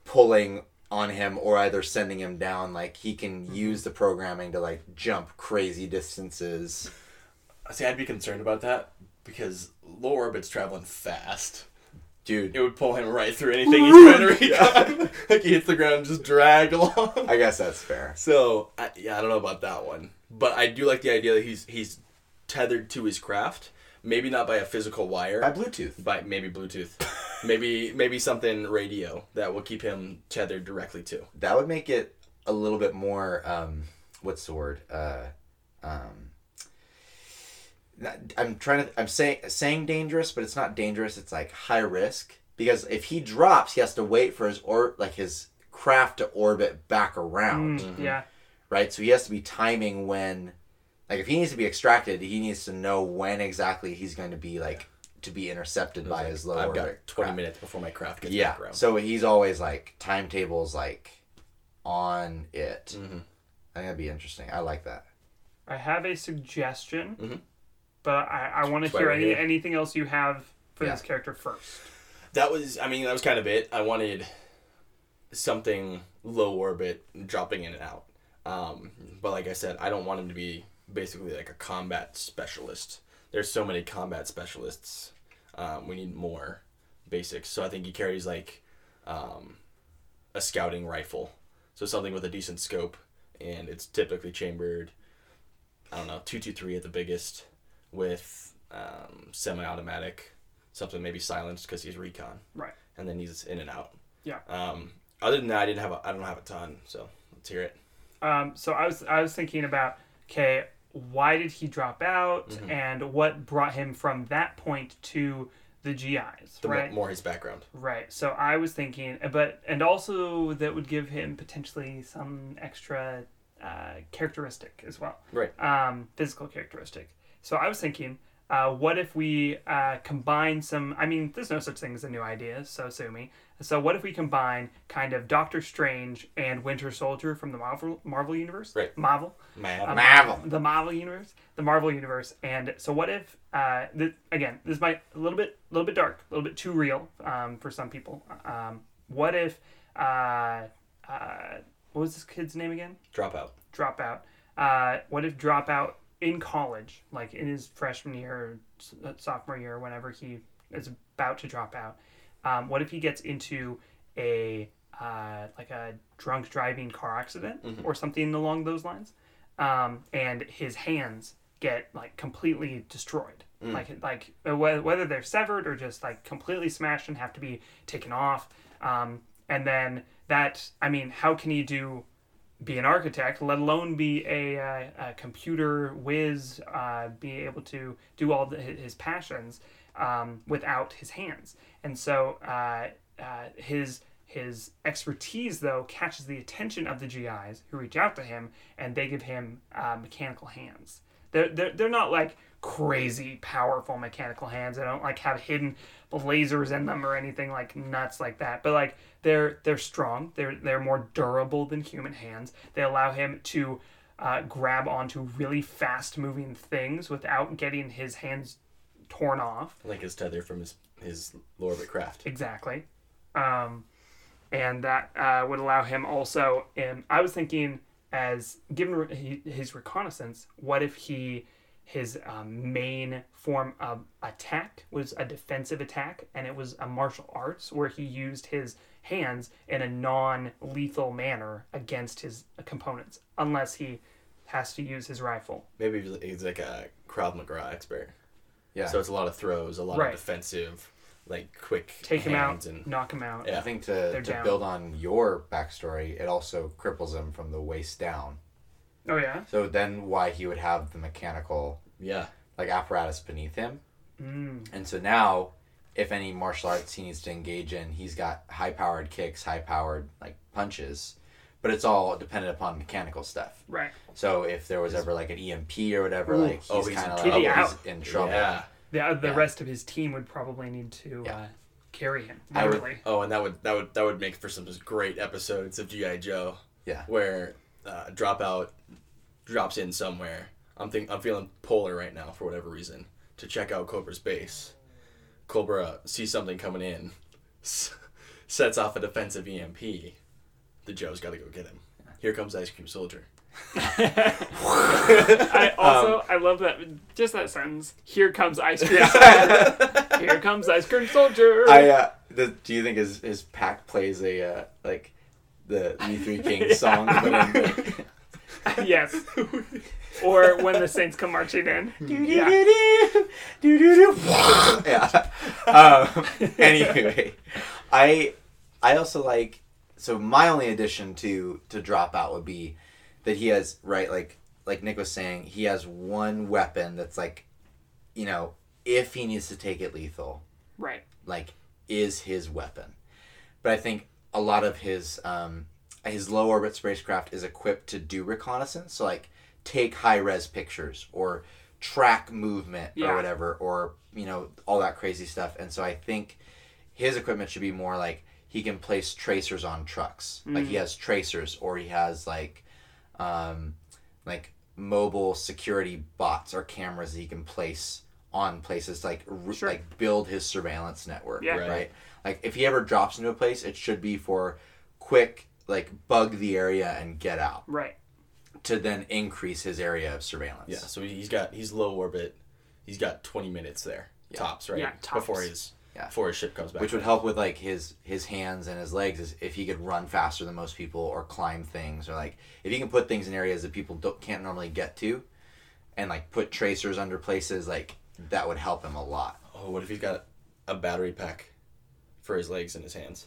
A: pulling on him or either sending him down. Like he can use the programming to like jump crazy distances.
D: See, I'd be concerned about that because low orbit's traveling fast.
A: Dude,
D: It would pull him right through anything he's trying to recon. like he hits the ground, and just drag along.
A: I guess that's fair.
D: So I, yeah, I don't know about that one, but I do like the idea that he's he's tethered to his craft. Maybe not by a physical wire,
A: By Bluetooth.
D: by maybe Bluetooth, maybe maybe something radio that will keep him tethered directly to.
A: that would make it a little bit more um what's the word uh um not- I'm trying to I'm saying saying dangerous but it's not dangerous it's like high risk because if he drops he has to wait for his or like his craft to orbit back
D: Hmm.
A: around
D: Mm-hmm.
B: Mm, Yeah.
A: right so he has to be timing when like if he needs to be extracted he needs to know when exactly he's going to be like to be intercepted by his low
D: I've
A: orbit
D: got 20
A: craft.
D: minutes before my craft gets
A: Yeah.
D: back around.
A: So he's always like timetables like on it. I think that'd be interesting. I like that.
B: I have a suggestion,
D: Mm-hmm.
B: but I, I want to
D: why
B: hear
D: we're
B: any,
D: here.
B: anything else you have for
A: Yeah.
B: this character first.
D: that was i mean that was kind of it i wanted something low orbit dropping in and out um, but like i said i don't want him to be basically like a combat specialist there's so many combat specialists um, we need more basics so i think he carries like um, a scouting rifle so something with a decent scope and it's typically chambered i don't know 223 at the biggest with um, semi-automatic something maybe silenced because he's recon
B: Right.
D: and then he's in and out.
B: Yeah.
D: Um, other than that, I didn't have a, I don't have a ton, so let's hear it.
B: Um, so I was I was thinking about okay, why did he drop out,
D: Mm-hmm.
B: and what brought him from that point to the GIs,
D: The mo-
B: right?
D: more his background.
B: Right. So I was thinking, but and also that would give him potentially some extra uh, characteristic as well.
D: Right.
B: Um, physical characteristic. So I was thinking, uh, what if we uh, combine some? I mean, there's no such thing as a new idea, so sue me. So what if we combine kind of Doctor Strange and Winter Soldier from the Marvel Marvel universe?
D: Right.
B: Marvel. Um,
A: Um,
D: Man.
A: Marvel.
B: The Marvel universe, the Marvel universe, and so what if? Uh, th- again, this might a little bit, a little bit dark, a little bit too real um, for some people. Um, what if? Uh, uh, what was this kid's name again?
D: Dropout.
B: Dropout. Uh, what if dropout in college, like in his freshman year, or s- uh, sophomore year, whenever he is about to drop out? Um, what if he gets into a uh, like a drunk driving car accident or something along those lines? um, and his hands get like completely destroyed. Like like uh, whe- whether they're severed or just like completely smashed and have to be taken off. Um, and then that I mean, how can he do be an architect, let alone be a, uh, a computer whiz, uh, be able to do all the, hi- his passions um, without his hands? And so uh, uh, his His expertise, though, catches the attention of the GIs who reach out to him and they give him uh, mechanical hands. They're, they're, they're not like crazy powerful mechanical hands. They don't like have hidden lasers in them or anything like nuts like that. But like they're they're strong. They're they're more durable than human hands. They allow him to uh, grab onto really fast moving things without getting his hands torn off.
D: like his tether from his his Lorbit craft.
B: Exactly. Um, and that uh, would allow him also. And I was thinking, as given re- he- his reconnaissance, what if he his um, main form of attack was a defensive attack, and it was a martial arts where he used his hands in a non-lethal manner against his components, unless he has to use his rifle.
D: Maybe he's- he's like a Krav Maga expert.
A: Yeah.
D: So it's a lot of throws, a lot
B: Right.
D: of defensive, like quick
B: Take him out,
D: hands and
B: knock him out.
D: Yeah.
A: I think to, to
B: down.
A: build on your backstory, it also cripples him from the waist down.
B: Oh yeah.
A: So then why he would have the mechanical
D: yeah.
A: like apparatus beneath him. And so now if any martial arts he needs to engage in, he's got high powered kicks, high powered like punches. But it's all dependent upon mechanical stuff.
B: Right.
A: So if there was ever like an EMP or whatever,
B: Ooh.
A: like he's
D: Oh, he's in
A: kind of like
B: trouble.
A: he's in trouble.
D: Yeah.
B: The, uh, the
A: Yeah.
B: rest of his team would probably need to
A: Yeah.
B: uh, carry him.
A: I would-
B: Literally.
D: Oh, and that would that would that would make for some great episodes of GI Joe.
A: Yeah.
D: Where uh, dropout drops in somewhere. I'm think I'm feeling polar right now for whatever reason to check out Cobra's base. Cobra sees something coming in, s- sets off a defensive EMP. The Joe's got to go get him. Here comes Ice Cream Soldier.
B: I also I love that just that sentence. Here comes ice cream. soldier. Here comes ice cream soldier.
A: I uh, the, do you think his his pack plays a uh, like the Me Three Kings song? But in the,
B: yes. Or when the saints come marching in. Yeah.
A: yeah. Um, anyway, I I also like so my only addition to to dropout would be that he has right like like Nick was saying he has one weapon that's like you know if he needs to take it lethal
B: Right.
A: like is his weapon. But I think a lot of his um, his low orbit spacecraft is equipped to do reconnaissance, so like take high res pictures or track movement
B: Yeah.
A: or whatever, or you know all that crazy stuff. And so I think his equipment should be more like he can place tracers on trucks, like he has tracers, or he has like um, like mobile security bots or cameras that he can place on places to, like r-
B: Sure.
A: like build his surveillance network
B: Yeah.
A: right.
D: Right.
A: like if he ever drops into a place it should be for quick like bug the area and get out
B: Right.
A: to then increase his area of surveillance
D: Yeah. So he- he's got he's low orbit. He's got 20 minutes there tops, right?
B: Yeah, tops.
D: Before his
A: Yeah.
D: before his ship comes back.
A: which would help with like his his hands and his legs is if he could run faster than most people or climb things or like if he can put things in areas that people don't, can't normally get to and like put tracers under places like that would help him a lot
D: Oh, what if he's got a battery pack for his legs and his hands?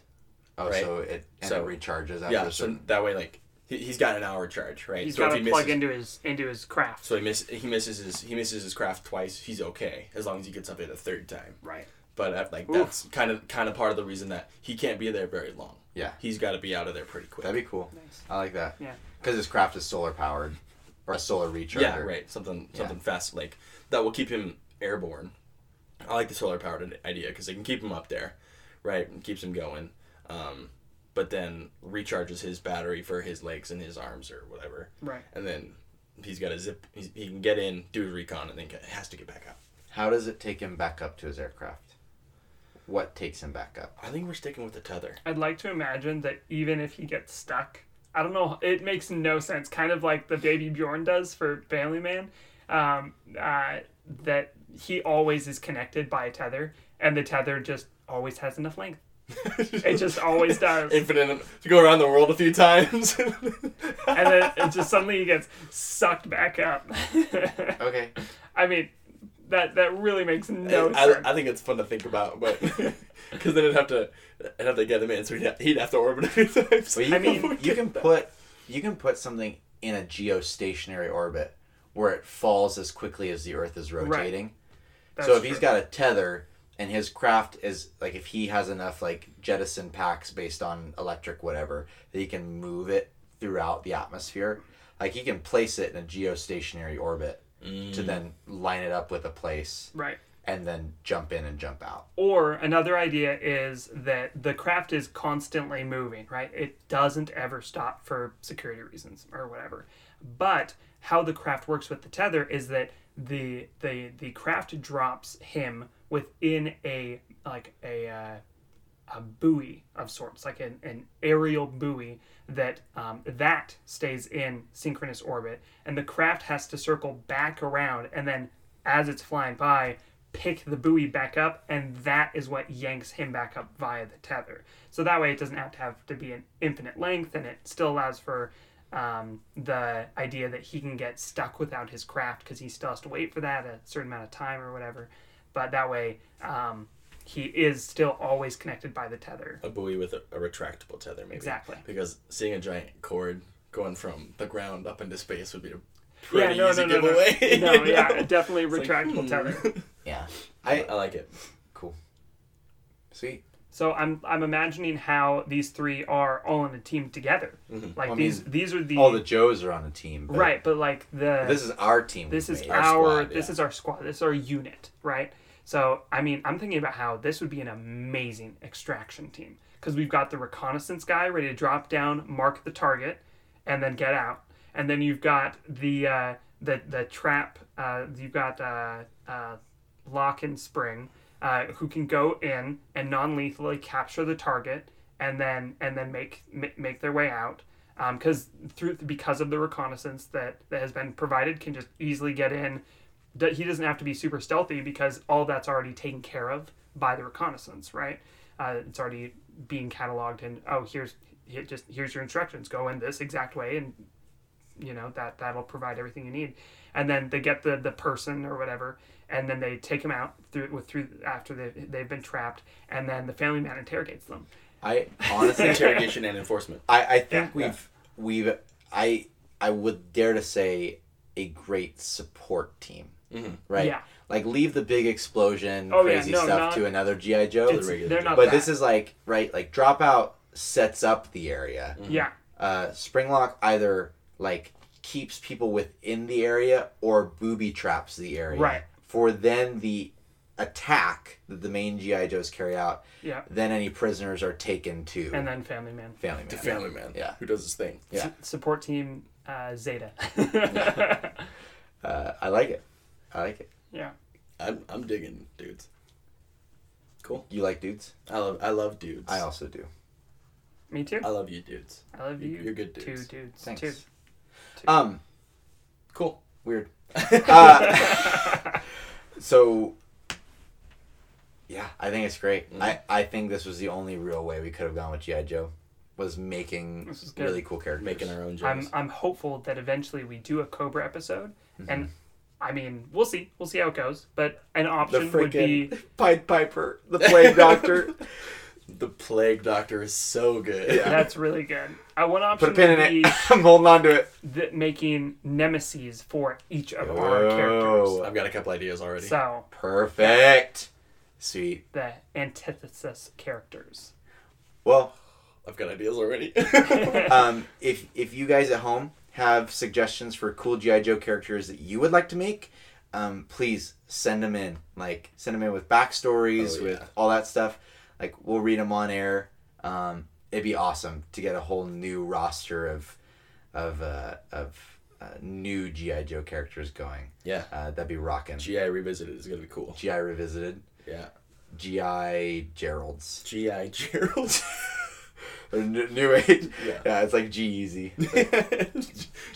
A: oh
D: Right.
A: so it and
D: So-
A: it recharges after
D: Yeah,
A: a
D: so
A: certain
D: that way, like he, he's got an hour charge, right?
B: He's
D: so
B: got
D: he
B: to plug
D: misses,
B: into his into his craft.
D: so he miss he misses his he misses his craft twice. He's okay as long as he gets up it a third time.
B: right.
D: But uh, like
B: Oof.
D: that's kind of kind of part of the reason that he can't be there very long.
A: yeah
D: He's got to be out of there pretty quick.
A: that'd be cool
B: Nice.
A: i like that
B: Yeah.
A: because his craft is solar powered or a solar recharger
D: yeah, right. Something something fast like that will keep him airborne. I like the solar powered idea because it can keep him up there, right? And keeps him going. Um, but then recharges his battery for his legs and his arms or whatever.
B: Right.
D: and then he's got a zip. He's, he can get in, do his recon, and then get, has to get back out.
A: How does it take him back up to his aircraft? What takes him back up?
D: I think we're sticking with the tether.
B: I'd like to imagine that even if he gets stuck, I don't know, it makes no sense. Kind of like the baby Bjorn does for Family Man, um, uh, that he always is connected by a tether, and the tether just always has enough length. It just always does.
D: Infinite to go around the world a few times.
B: and then it just suddenly he gets sucked back up.
A: Okay.
B: I mean, that that really makes no
D: I,
B: sense.
D: I think it's fun to think about, but because then it'd have to, I'd have to get him in, so he'd have, he'd have to orbit a few times.
A: But you
B: I
A: can,
B: mean-
A: you can put you can put something in a geostationary orbit where it falls as quickly as the Earth is rotating.
B: That's
A: so if
B: true.
A: he's got a tether and his craft is like if he has enough like jettison packs based on electric whatever that he can move it throughout the atmosphere like he can place it in a geostationary orbit
B: Mm.
A: to then line it up with a place
B: Right.
A: and then jump in and jump out
B: Or another idea is that the craft is constantly moving, right? It doesn't ever stop for security reasons or whatever. But how the craft works with the tether is that the the the craft drops him within a like a uh, a buoy of sorts, like an, an aerial buoy that um, that stays in synchronous orbit, and the craft has to circle back around, and then as it's flying by, pick the buoy back up, and that is what yanks him back up via the tether. So that way, it doesn't have to have to be an infinite length, and it still allows for um, the idea that he can get stuck without his craft because he still has to wait for that a certain amount of time or whatever. But that way, um, he is still always connected by the tether.
D: a buoy with a, a retractable tether, maybe.
B: Exactly.
D: Because seeing a giant cord going from the ground up into space would be a pretty easy
B: no,
D: giveaway. you
B: No,
D: know?
B: yeah, definitely
D: It's like,
B: retractable
D: hmm.
B: tether.
A: yeah
D: I,
A: i
D: I like it.
A: cool sweet
B: So I'm I'm imagining how these three are all in a team together.
D: Mm-hmm.
B: Like
A: I
B: these
A: mean,
B: these are the,
A: all the joes are on a team but
B: right, but like the
A: this is our team
B: this
A: we
B: is
A: made.
B: our,
D: squad,
B: this
D: yeah.
B: is our squad. This is our unit, right? So I mean, I'm thinking about how this would be an amazing extraction team because we've got the reconnaissance guy ready to drop down, mark the target, and then get out. And then you've got the uh, the the trap. Uh, you've got uh, uh, lock and spring, uh, who can go in and non-lethally capture the target, and then and then make ma- make their way out. Because through because of the reconnaissance that, that has been provided, can just easily get in. That he doesn't have to be super stealthy because all that's already taken care of by the reconnaissance, right? Uh, it's already being cataloged and oh here's here, just here's your instructions. Go in this exact way and you know that that'll provide everything you need and then they get the the person or whatever and then they take him out through with through after they they've been trapped and then the family man interrogates them
A: i honestly
D: Interrogation and enforcement.
A: I, I think we've we've I I would dare to say a great support team, right?
B: Yeah.
A: Like leave the big explosion,
B: Oh, yeah,
A: crazy
B: no,
A: stuff
B: not-
A: to another GI Joe,
B: It's-
D: regular
B: they're
D: dude.
B: not
A: but
B: that.
A: this is like right like dropout sets up the area.
B: yeah
A: Uh, Springlock either like keeps people within the area or booby traps the area,
B: Right.
A: For then the attack that the main GI Joes carry out,
B: yeah
A: then any prisoners are taken to
B: and then family man
A: family
D: The
A: man.
D: family man.
A: Yeah.
D: Who does his thing.
A: Yeah.
B: S- support team uh, Zeta
A: Uh, I like it. I like it.
B: yeah
D: I'm, I'm digging dudes. Cool.
A: You like dudes?
D: I love I love dudes.
A: I also do.
B: me too
D: I love you dudes.
B: I love you
D: you- you're good
B: two
D: dudes.
B: dudes
A: Thanks.
B: too
A: Um,
D: Cool.
A: weird. Uh, so, yeah, I think it's great. I, I think this was the only real way we could have gone with GI Joe, was making
B: This is good.
A: really cool characters.
D: Making our own
B: I'm
D: jokes.
B: I'm hopeful that eventually we do a Cobra episode and I mean we'll see we'll see how it goes but an
A: the
B: option would
A: freaking
B: be
A: Pied Piper, the Plague Doctor.
D: The plague doctor is so good.
B: that's really good I one option
A: Put a pin in
B: would be
A: it. I'm holding on to it.
B: th- making nemesis for each of our characters.
A: Whoa.
D: I've got a couple ideas already.
B: So
A: Perfect. Sweet.
B: the antithesis characters.
A: Well,
D: I've got ideas already.
A: um, if if you guys at home have suggestions for cool GI Joe characters that you would like to make, um, please send them in. Like send them in with backstories,
D: Oh, yeah.
A: with all that stuff. Like we'll read them on air. Um, it'd be awesome to get a whole new roster of of uh, of uh, new GI Joe characters going.
D: yeah.
A: Uh, that'd be rocking.
D: GI Revisited is gonna be cool.
A: GI Revisited,
D: Yeah.
A: GI Geralds,
D: GI Gerald.
A: Or n- New Age.
D: Yeah.
A: it's like G E Easy.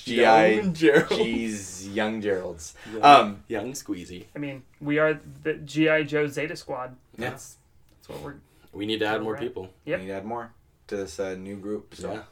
D: Young Gerald.
A: G's E young Geralds.
D: Young-
A: Um,
D: young Squeezy.
B: I mean, we are the GI Joe Zeta Squad.
A: Yeah.
B: That's, that's what we're.
D: We need to add more
B: Right.
D: people.
B: Yep.
A: we need to add more to this uh, new group, so
D: Yeah.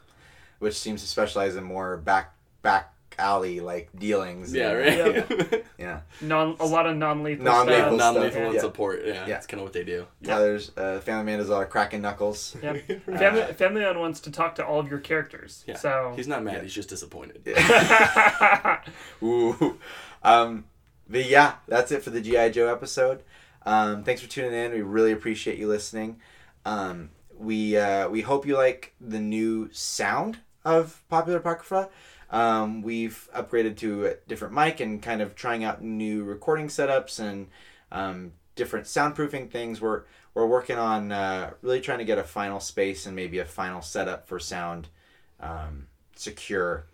A: which seems to specialize in more back back alley like dealings.
D: Yeah,
A: and-
D: right.
A: Yeah,
B: Non, a lot of non-lethal,
A: Non-lethal
B: stuff.
D: non lethal
A: Yeah.
D: and support. Yeah,
A: Yeah.
D: that's kind of what they do.
A: yeah. There's uh, Family Man does a lot of cracking knuckles.
B: Yep. Family, Family Man wants to talk to all of your characters.
D: Yeah.
B: So
D: he's not mad. He's just disappointed.
A: Ooh, um, but yeah, that's it for the GI Joe episode. Um, thanks for tuning in. We really appreciate you listening. Um, we uh, we hope you like the new sound of Popular Apocrypha. Um, we've upgraded to a different mic and kind of trying out new recording setups and um, different soundproofing things. We're we're working on uh, really trying to get a final space and maybe a final setup for sound um, secure.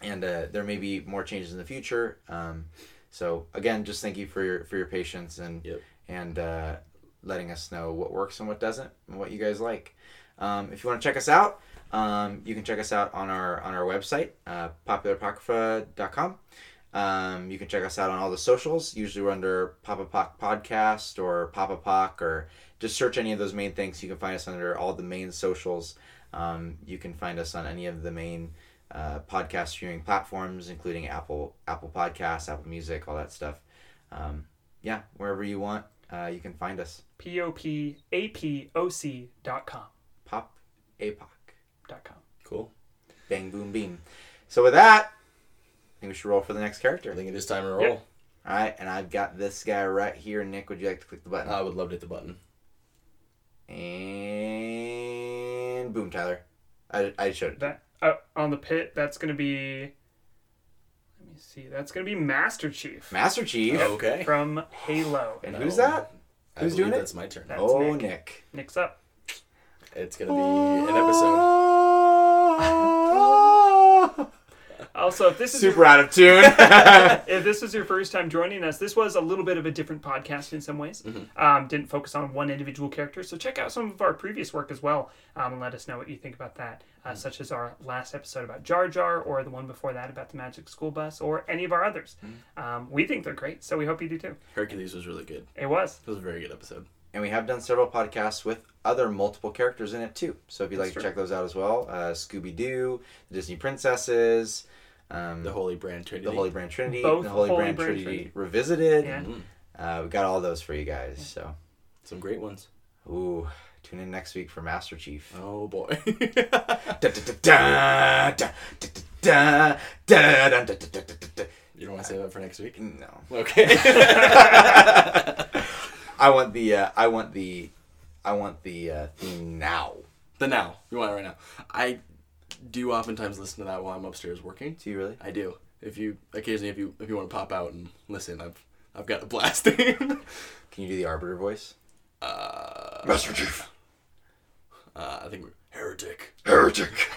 A: And uh, there may be more changes in the future. Um, so again, just thank you for your for your patience and
D: Yep.
A: and uh, letting us know what works and what doesn't and what you guys like. Um, if you want to check us out, um, you can check us out on our on our website, uh, popularapocrypha.com. Um, you can check us out on all the socials. Usually we're under Papa Pock Podcast or Papa Pock or just search any of those main things. You can find us under all the main socials. Um, you can find us on any of the main uh, podcast streaming platforms, including Apple Apple Podcasts, Apple Music, all that stuff. Um, yeah, wherever you want, uh, you can find us.
B: P O P A P O C dot com.
A: Pop Apoc.
B: Dot com.
D: Cool.
A: Bang boom beam. So with that, I think we should roll for the next character.
D: I
A: All
D: think it is time to roll.
B: Yep.
A: right, and I've got this guy right here. Nick, would you like to click the button?
D: I would love to hit the button.
A: And boom, Tyler. I, I showed it.
B: That uh, on the pit. That's gonna be. Let me see. That's gonna be Master Chief
A: Master Chief.
B: Oh.
D: Okay.
B: from Halo.
A: And who's
D: Oh.
A: that?
D: I
A: Who's
D: believe
A: doing it?
D: That's my turn.
B: That's
A: oh,
B: Nick.
A: Nick.
B: Nick's up.
D: It's gonna be an episode.
B: Also, if this is
A: Super out of tune.
B: if this was your first time joining us, this was a little bit of a different podcast in some ways. Um, didn't focus on one individual character, so check out some of our previous work as well, um, and let us know what you think about that, uh, such as our last episode about Jar Jar, or the one before that about the Magic School Bus, or any of our others. Um, we think they're great, so we hope you do too.
D: Hercules was really good.
B: It was.
D: It was a very good episode.
A: and we have done several podcasts with other multiple characters in it too. So if you'd like to
B: That's
A: check those out as well, uh, Scooby Doo, the Disney Princesses, um,
D: Mm. The Holy Brand Trinity.
A: the Holy Brand Trinity,
B: Both
A: the Holy,
B: Holy
A: Brand,
B: Brand
A: Trinity,
B: Trinity.
A: revisited.
B: Yeah.
A: Uh, we got all those for you guys. So,
D: Some great ones.
A: ooh, tune in next week for Master Chief.
D: Oh boy.
A: Da, da, da, da, da, da, da, da, da, da, da, da, da, da.
D: you don't want to save that for next week?
A: No,
D: Okay.
A: I want the uh, I want the I want the uh, theme now.
D: the now. We want it right now. I do oftentimes listen to that while I'm upstairs working.
A: Do you really?
D: I do. If you occasionally, if you if you want to pop out and listen, I've I've got a blast. uh,
A: Can you do the Arbiter voice?
D: uh,
A: Master Chief,
D: I think we're heretic.
A: heretic.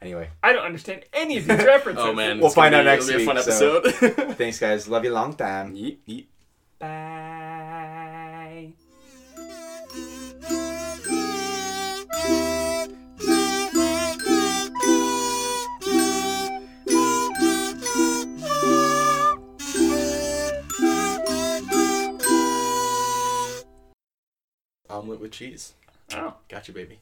A: anyway,
B: I don't understand any of these references.
D: Oh man,
A: We'll
D: it's gonna
A: find out
D: be-
A: next
D: it'll be a fun
A: week, so-
D: episode.
A: thanks guys. Love you long time.
D: Yeet, yeet.
B: Bye.
D: Omelet with cheese.
B: Oh. Oh.
D: Got you, baby.